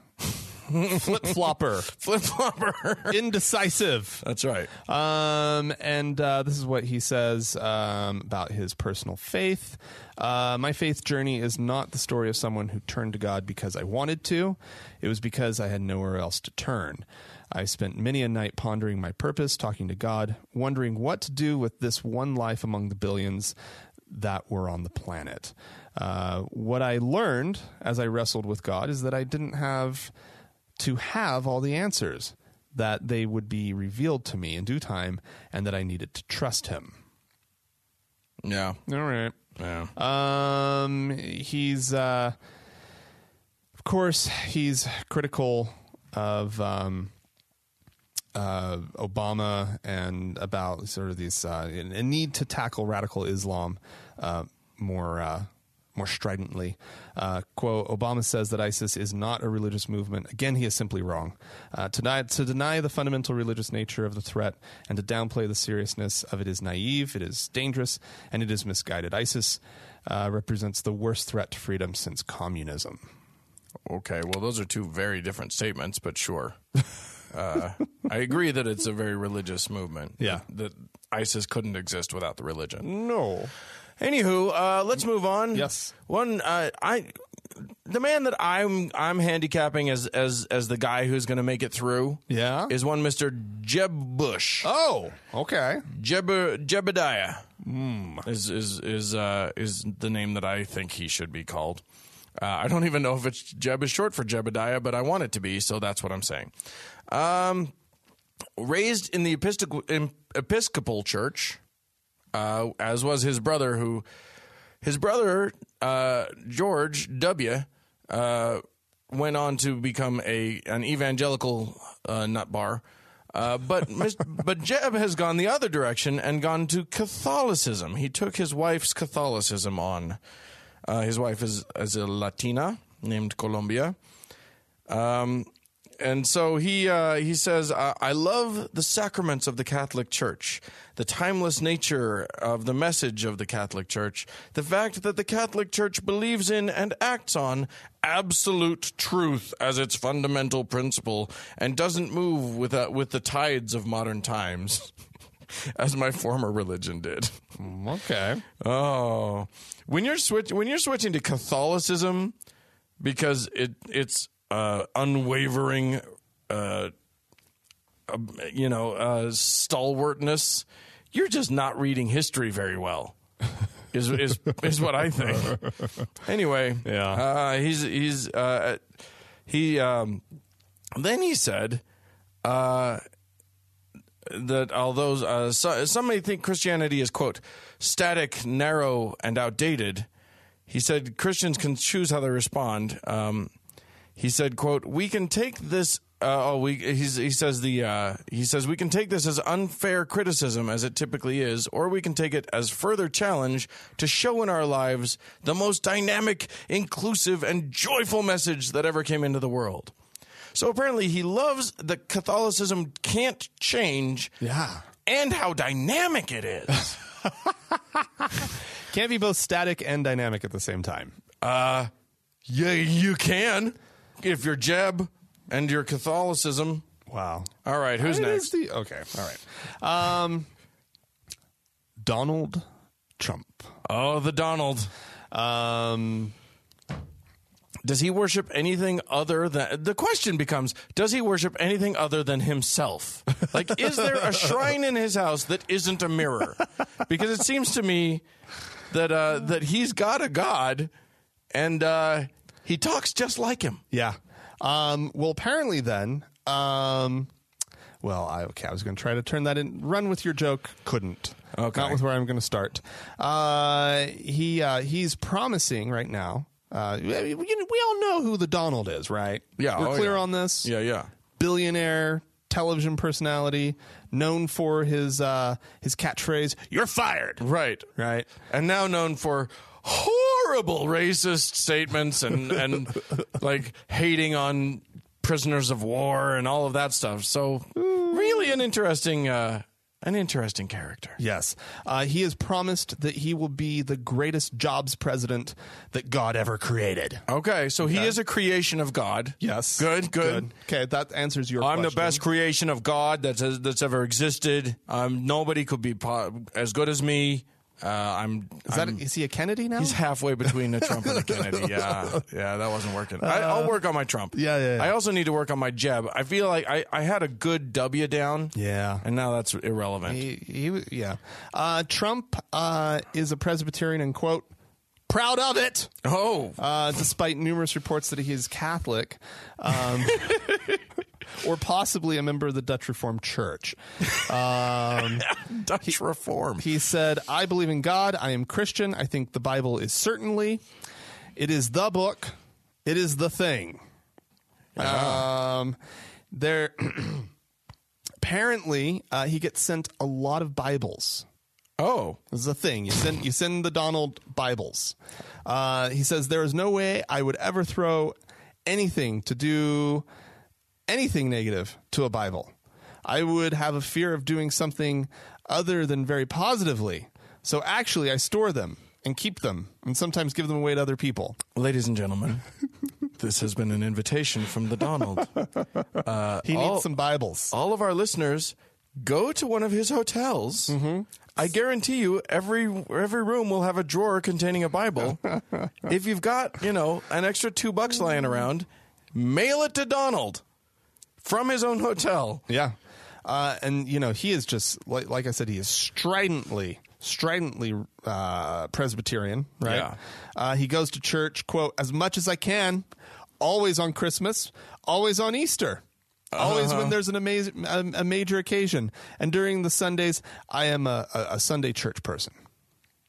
Speaker 1: Flip [LAUGHS] flopper,
Speaker 2: Flip flopper.
Speaker 1: indecisive.
Speaker 2: That's right.
Speaker 1: Um, and uh, this is what he says um, about his personal faith. Uh, my faith journey is not the story of someone who turned to God because I wanted to. It was because I had nowhere else to turn. I spent many a night pondering my purpose, talking to God, wondering what to do with this one life among the billions that were on the planet. Uh, what I learned as I wrestled with God is that I didn't have to have all the answers, that they would be revealed to me in due time, and that I needed to trust Him.
Speaker 2: Yeah.
Speaker 1: All right.
Speaker 2: Yeah.
Speaker 1: Um, he's, uh, of course, he's critical of um, uh, Obama and about sort of these uh, a need to tackle radical Islam uh, more. Uh, more stridently, uh, quote: Obama says that ISIS is not a religious movement. Again, he is simply wrong. Uh, to, deny, to deny the fundamental religious nature of the threat and to downplay the seriousness of it is naive. It is dangerous, and it is misguided. ISIS uh, represents the worst threat to freedom since communism.
Speaker 2: Okay. Well, those are two very different statements, but sure. Uh, I agree that it's a very religious movement.
Speaker 1: Yeah.
Speaker 2: That, that ISIS couldn't exist without the religion.
Speaker 1: No.
Speaker 2: Anywho, uh, let's move on.
Speaker 1: Yes.
Speaker 2: One, uh, I the man that I'm I'm handicapping as as as the guy who's going to make it through
Speaker 1: Yeah.
Speaker 2: is one Mr. Jeb Bush.
Speaker 1: Oh, okay.
Speaker 2: Jeb Jebediah is is is uh, is the name that I think he should be called. Uh, I don't even know if it's Jeb is short for Jebediah, but I want it to be, so that's what I'm saying. Um, raised in the Episcopal, in Episcopal Church, uh, as was his brother, who his brother uh, George W. Uh, went on to become a an evangelical uh, nut bar, uh, but Mis- but Jeb has gone the other direction and gone to Catholicism. He took his wife's Catholicism on. Uh, his wife is is a Latina named Colombia. Um, and so he uh, he says, I-, "I love the sacraments of the Catholic Church, the timeless nature of the message of the Catholic Church, the fact that the Catholic Church believes in and acts on absolute truth as its fundamental principle, and doesn't move with uh, with the tides of modern times, [LAUGHS] as my former religion did." [LAUGHS]
Speaker 1: Okay.
Speaker 2: Oh, when you're switch when you're switching to Catholicism because it it's uh, unwavering, uh, um, you know, uh, stalwartness. You're just not reading history very well. [LAUGHS] Is is is what I think. Anyway,
Speaker 1: Yeah.
Speaker 2: uh, he's he's uh, he. Um, then he said. Uh, that although uh, so, some may think Christianity is quote static, narrow, and outdated, he said Christians can choose how they respond. Um, he said quote We can take this. Uh, oh, we he's, he says the uh, he says we can take this as unfair criticism as it typically is, or we can take it as further challenge to show in our lives the most dynamic, inclusive, and joyful message that ever came into the world. So apparently, he loves that Catholicism can't change.
Speaker 1: Yeah.
Speaker 2: And how dynamic it is.
Speaker 1: Can't be both static and dynamic at the same time.
Speaker 2: [LAUGHS]
Speaker 1: Uh,
Speaker 2: yeah, you can if you're Jeb and your Catholicism.
Speaker 1: Wow.
Speaker 2: All right, who's
Speaker 1: It
Speaker 2: next?
Speaker 1: is the- okay. All right. Um, Donald Trump.
Speaker 2: oh, the Donald.
Speaker 1: Um,
Speaker 2: Does he worship anything other than the question becomes does he worship anything other than himself? Like is there a shrine in his house that isn't a mirror? Because it seems to me that uh that he's got a god and uh he talks just like him.
Speaker 1: yeah. Um, well, apparently then, um, well, I, okay, I was going to try to turn that in, run with your joke, couldn't.
Speaker 2: Okay.
Speaker 1: Not with where I'm going to start. Uh, he, uh, he's promising right now. Uh, we, we- we all know who the Donald is, right?
Speaker 2: Yeah,
Speaker 1: We're
Speaker 2: oh,
Speaker 1: clear
Speaker 2: yeah.
Speaker 1: on this?
Speaker 2: Yeah, yeah.
Speaker 1: billionaire television personality known for his uh his catchphrase you're fired
Speaker 2: Right.
Speaker 1: right
Speaker 2: And now known for horrible racist statements and and
Speaker 1: [LAUGHS]
Speaker 2: like hating on prisoners of war and all of that stuff. So really an interesting uh an interesting character.
Speaker 1: yes uh, he has promised that he will be the greatest jobs president that god ever created
Speaker 2: Okay, so he is a creation of God.
Speaker 1: yes
Speaker 2: Good, good.
Speaker 1: okay that answers your
Speaker 2: I'm the
Speaker 1: question.
Speaker 2: best creation of God that's that's ever existed. Um, nobody could be po- as good as me. Uh, I'm.
Speaker 1: is that is he a kennedy now
Speaker 2: He's halfway between a Trump and a
Speaker 1: [LAUGHS]
Speaker 2: Kennedy. Yeah, yeah, that wasn't working. I, I'll work on my Trump.
Speaker 1: Uh, yeah, yeah, yeah.
Speaker 2: I also need to work on my Jeb. I feel like I, I had a good W down.
Speaker 1: Yeah.
Speaker 2: and now that's irrelevant.
Speaker 1: he, he w- yeah uh trump uh is a presbyterian and quote proud of it
Speaker 2: oh,
Speaker 1: uh, despite numerous reports that he is Catholic um, or possibly a member of the Dutch Reformed Church. Um,
Speaker 2: Dutch reform.
Speaker 1: he said, I believe in God. I am Christian. I think the Bible is certainly, it is the book, it is the thing. Um, there, [CLEARS THROAT] apparently, uh, he gets sent a lot of Bibles.
Speaker 2: oh,
Speaker 1: This is a thing. You send you send the Donald Bibles. Uh, he says there is no way I would ever throw anything to do anything negative to a Bible. I would have a fear of doing something other than very positively. So actually, I store them and keep them, and sometimes give them away to other people.
Speaker 2: ladies and gentlemen, this has been an invitation from the Donald.
Speaker 1: [LAUGHS]
Speaker 2: Uh,
Speaker 1: He
Speaker 2: all- Oh.
Speaker 1: needs some Bibles.
Speaker 2: all of our listeners go to one of his hotels I guarantee you, every every room will have a drawer containing a [LAUGHS] Bible. if you've got you know an extra two bucks lying around, mail it to Donald from his own hotel.
Speaker 1: Yeah. Uh, and, you know, he is just, like, like I said, he is stridently, stridently uh, Presbyterian, right?
Speaker 2: Yeah.
Speaker 1: Uh, he goes to church, quote, as much as I can, always on Christmas, always on Easter. Always when there's an amazing, a, a major occasion, and during the Sundays, I am a, a, a Sunday church person.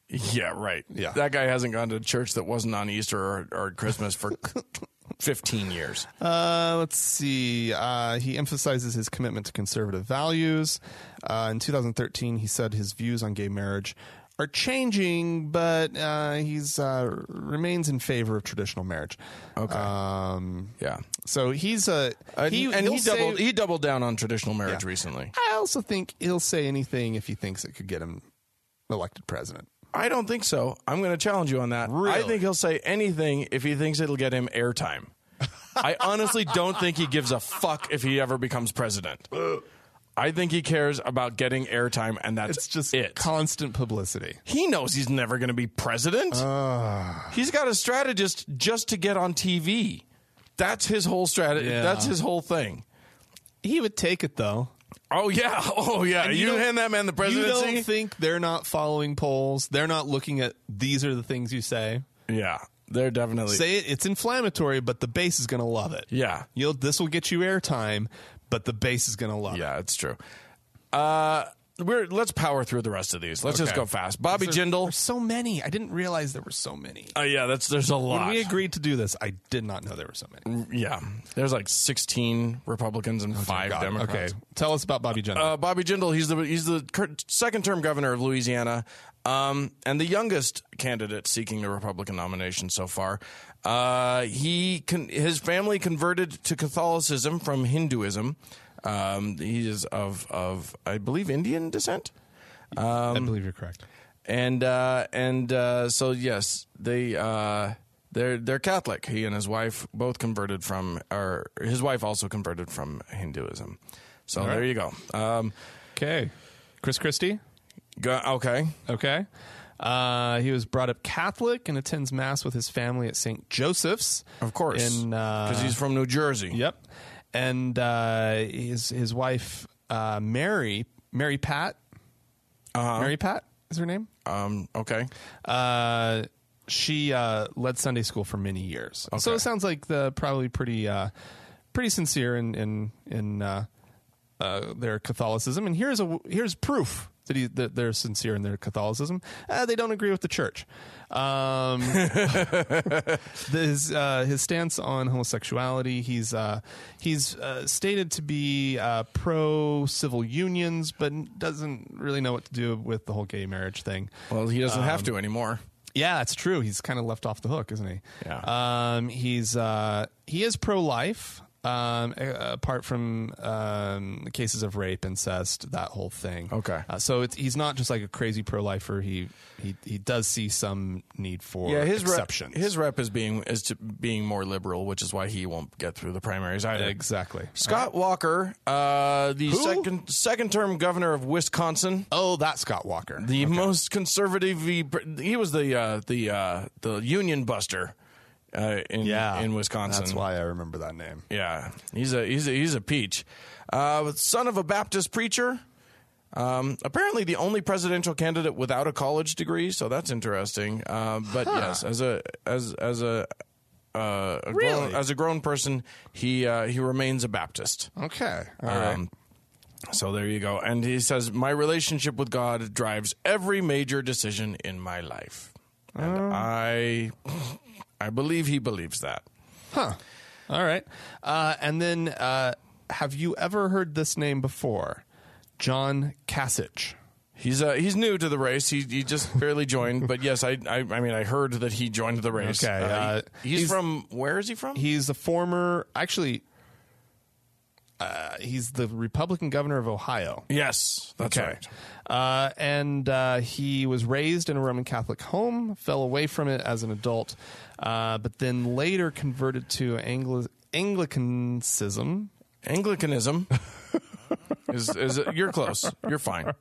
Speaker 2: Yeah, right.
Speaker 1: Yeah.
Speaker 2: that guy hasn't gone to church that wasn't on Easter or, or Christmas for [LAUGHS] fifteen years.
Speaker 1: Uh, let's see. Uh, he emphasizes his commitment to conservative values. Uh, in 2013, he said his views on gay marriage are changing, but uh, he's uh, remains in favor of traditional marriage. Okay. Um,
Speaker 2: Yeah,
Speaker 1: so he's a
Speaker 2: Uh,
Speaker 1: he,
Speaker 2: and he
Speaker 1: he'll say-
Speaker 2: doubled he doubled down on traditional marriage recently.
Speaker 1: I also think he'll say anything if he thinks it could get him elected president.
Speaker 2: I don't think so. I'm going to challenge you on that. I
Speaker 1: Really?
Speaker 2: think he'll say anything if he thinks it'll get him
Speaker 1: [LAUGHS]
Speaker 2: airtime. I honestly don't think he gives a fuck if he ever becomes president. I think he cares about getting airtime, and that's
Speaker 1: It's just
Speaker 2: it.
Speaker 1: constant publicity.
Speaker 2: he knows he's never going to be president.
Speaker 1: Ah.
Speaker 2: he's got a strategist just to get on TV. That's his whole strategy.
Speaker 1: Yeah.
Speaker 2: That's his whole thing.
Speaker 1: He would take it though.
Speaker 2: Oh yeah, [LAUGHS] oh yeah.
Speaker 1: And
Speaker 2: You,
Speaker 1: don't-
Speaker 2: hand that man the presidency.
Speaker 1: You don't think they're not following polls? They're not looking at these are the things you say.
Speaker 2: yeah, they're definitely.
Speaker 1: Say it. It's inflammatory, but the base is going to love it.
Speaker 2: yeah,
Speaker 1: You'll this will get you airtime, but the base is going to love it.
Speaker 2: Yeah, it's true. Uh, we're let's power through the rest of these. Let's just
Speaker 1: Okay.
Speaker 2: go fast. Bobby
Speaker 1: There-
Speaker 2: Jindal.
Speaker 1: There's so many. I didn't realize there were so many.
Speaker 2: Uh, yeah, that's there's a
Speaker 1: When
Speaker 2: lot. Mm,
Speaker 1: we agreed to do this, I did not know there were so many.
Speaker 2: yeah, there's like 16 Republicans and five
Speaker 1: God, okay,
Speaker 2: Democrats.
Speaker 1: tell us about Bobby Jindal.
Speaker 2: Uh, Bobby Jindal, he's the he's the cur- second-term governor of Louisiana, um, and the youngest candidate seeking the Republican nomination so far. Uh, he con- his family converted to Catholicism from Hinduism. Um, he is of of I believe Indian descent. Um,
Speaker 1: I believe you're correct.
Speaker 2: and uh, and uh, so yes, they uh, they're they're Catholic. He and his wife both converted from, or his wife also converted from Hinduism. So there you go. Um,
Speaker 1: Okay, Chris Christie.
Speaker 2: go. Okay,
Speaker 1: Okay. Uh, he was brought up Catholic and attends mass with his family at St. Joseph's.
Speaker 2: of course,
Speaker 1: In, uh,
Speaker 2: because he's from New Jersey.
Speaker 1: Yep. And uh, his his wife uh, Mary Mary Pat. Mary Pat is her name.
Speaker 2: Um, okay.
Speaker 1: Uh, she uh, led Sunday school for many years. So it sounds like the probably pretty uh, pretty sincere in in in uh, uh, their Catholicism. And here's a here's proof. That, he, that they're sincere in their Catholicism, uh, they don't agree with the church. Um, the- his uh, his stance on homosexuality. He's uh, he's uh, stated to be uh, pro civil unions, but doesn't really know what to do with the whole gay marriage thing.
Speaker 2: Well, he doesn't
Speaker 1: Um,
Speaker 2: have to anymore.
Speaker 1: Yeah, it's true. He's kind of left off the hook, isn't he?
Speaker 2: Yeah.
Speaker 1: Um, he's uh, he is pro life. Um, a- apart from um, cases of rape, incest, that whole thing.
Speaker 2: Okay.
Speaker 1: Uh, so it's, he's not just like a crazy pro lifer. He, he he does see some need for
Speaker 2: Yeah, his rep,
Speaker 1: exceptions.
Speaker 2: his rep is being is to being more liberal, which is why he won't get through the primaries either.
Speaker 1: exactly.
Speaker 2: Scott Walker, uh, the second second term governor of Wisconsin.
Speaker 1: Oh, that Scott Walker.
Speaker 2: The most conservative. He, he was the uh, the uh, the union buster uh, in in Wisconsin.
Speaker 1: That's why I remember that name.
Speaker 2: Yeah, he's a he's a he's a peach. Uh, son of a Baptist preacher. Um, apparently, the only presidential candidate without a college degree, so that's interesting. Uh, but yes, as a as as a, uh, a grown,
Speaker 1: Really?
Speaker 2: as a grown person, he uh, he remains a Baptist.
Speaker 1: Okay. All right.
Speaker 2: Um, So there you go. And he says, My relationship with God drives every major decision in my life. And
Speaker 1: Oh.
Speaker 2: I I believe he believes that.
Speaker 1: All right. Uh, and then, uh, have you ever heard this name before? John Kasich.
Speaker 2: He's uh, he's new to the race. He he just barely joined, but yes, I, I I mean I heard that he joined the race.
Speaker 1: Okay, uh,
Speaker 2: he- he's,
Speaker 1: he's-
Speaker 2: from where is he from?
Speaker 1: He's a former, actually, uh, he's the Republican governor of Ohio.
Speaker 2: yes, that's right.
Speaker 1: Uh, and uh, he was raised in a Roman Catholic home, fell away from it as an adult, uh, but then later converted to Angli- Anglicanism. [LAUGHS]
Speaker 2: Anglicanism. Is, is it, you're close. You're fine.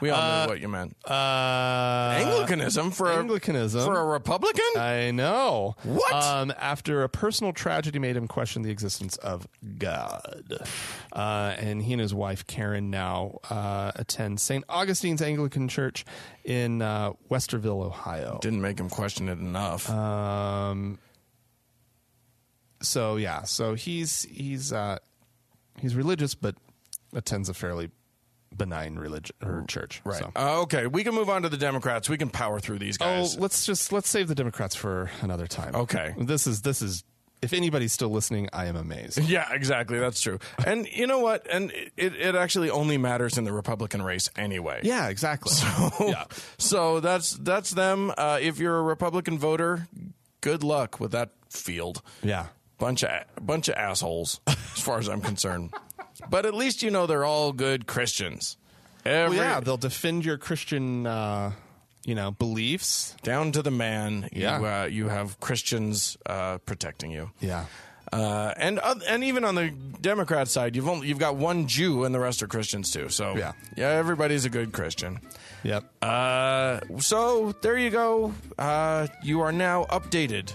Speaker 2: We all know what you meant.
Speaker 1: Uh,
Speaker 2: Anglicanism for
Speaker 1: Anglicanism. Uh,
Speaker 2: a, for a Republican.
Speaker 1: I know.
Speaker 2: What?
Speaker 1: Um, after a personal tragedy made him question the existence of God. Uh, and he and his wife, Karen, now uh, attend St. Augustine's Anglican Church in uh, Westerville, Ohio.
Speaker 2: Didn't make him question it enough.
Speaker 1: Um, so, yeah. So he's, he's, uh, he's religious, but attends a fairly benign religion or church.
Speaker 2: right.
Speaker 1: So.
Speaker 2: Uh, okay, we can move on to the Democrats. We can power through these
Speaker 1: Oh,
Speaker 2: guys.
Speaker 1: let's just let's save the Democrats for another time.
Speaker 2: Okay.
Speaker 1: This is this is if anybody's still listening, I am amazed.
Speaker 2: yeah, exactly. That's true. And you know what? And it, it actually only matters in the Republican race anyway. [LAUGHS]
Speaker 1: [LAUGHS] Yeah, exactly. yeah.
Speaker 2: So that's that's them. Uh, if you're a Republican voter, good luck with that field.
Speaker 1: Yeah.
Speaker 2: bunch of bunch of assholes, as far as I'm concerned. [LAUGHS] But at least you know they're all good Christians.
Speaker 1: Well,
Speaker 2: Every,
Speaker 1: yeah, they'll defend your Christian uh, you know, beliefs.
Speaker 2: down to the man. You,
Speaker 1: Yeah.
Speaker 2: uh, you have Christians uh, protecting you.
Speaker 1: Yeah.
Speaker 2: Uh, and oth- and even on the Democrat side, you've only you've got one Jew and the rest are Christians too. So
Speaker 1: Yeah.
Speaker 2: yeah, everybody's a good Christian.
Speaker 1: Yep.
Speaker 2: Uh, so there you go. Uh, you are now updated.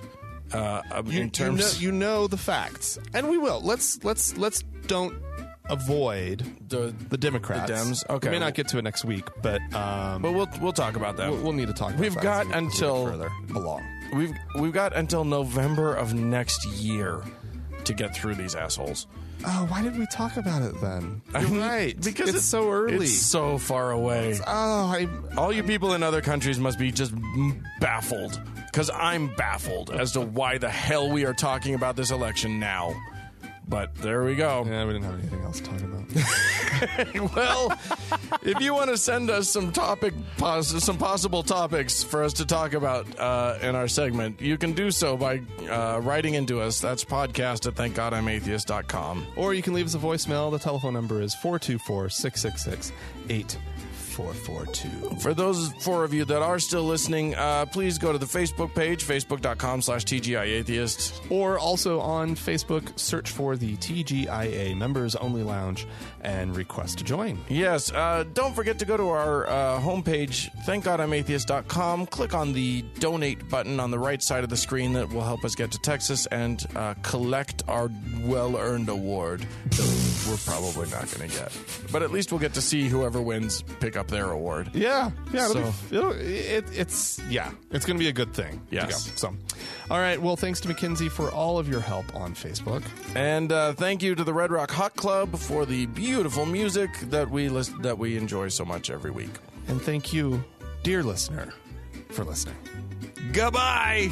Speaker 2: Uh, in terms,
Speaker 1: you, know, you know the facts. And we will. Let's let's let's don't avoid
Speaker 2: the,
Speaker 1: the Democrats.
Speaker 2: The Dems? Okay.
Speaker 1: We may not get to it next week, but um
Speaker 2: but we'll we'll talk about that.
Speaker 1: we'll, we'll need to talk about
Speaker 2: We've
Speaker 1: that
Speaker 2: got
Speaker 1: as we- as we get
Speaker 2: until-
Speaker 1: further along.
Speaker 2: We've we've got until November of next year to get through these assholes.
Speaker 1: Oh, why did we talk about it
Speaker 2: [LAUGHS]
Speaker 1: then? You're right.
Speaker 2: because
Speaker 1: it's, so early.
Speaker 2: It's so far away.
Speaker 1: Oh, I
Speaker 2: All you people in other countries must be just m- baffled cuz I'm baffled as to why the hell we are talking about this election now. But there we go.
Speaker 1: yeah, we didn't have anything else to talk
Speaker 2: [LAUGHS]
Speaker 1: about.
Speaker 2: well, if you want to send us some topic, pos- some possible topics for us to talk about uh, in our segment, you can do so by uh, writing into us. That's podcast at thankgodimatheist.com.
Speaker 1: [LAUGHS] or you can leave us a voicemail. The telephone number is 424-666-8442.
Speaker 2: For those four of you that are still listening, uh, please go to the Facebook page, facebook.com slash TGIAtheist.
Speaker 1: Or also on Facebook, search for the TGIA Members Only Lounge and request to join.
Speaker 2: Yes, uh, don't forget to go to our uh, homepage, thankgodimatheist.com. Click on the donate button on the right side of the screen that will help us get to Texas and uh, collect our well earned award that we're probably not going to get. But at least we'll get to see whoever wins pick up their award.
Speaker 1: Yeah, yeah. It'll
Speaker 2: So-
Speaker 1: be, it'll, it, it's yeah, it's going to be a good thing. to
Speaker 2: Yes.
Speaker 1: go. So, all right. Well, thanks to McKinsey for all of your help on Facebook.
Speaker 2: And uh, thank you to the Red Rock Hot Club for the beautiful music that we list- that we enjoy so much every week.
Speaker 1: And thank you, dear listener, for listening.
Speaker 2: Goodbye.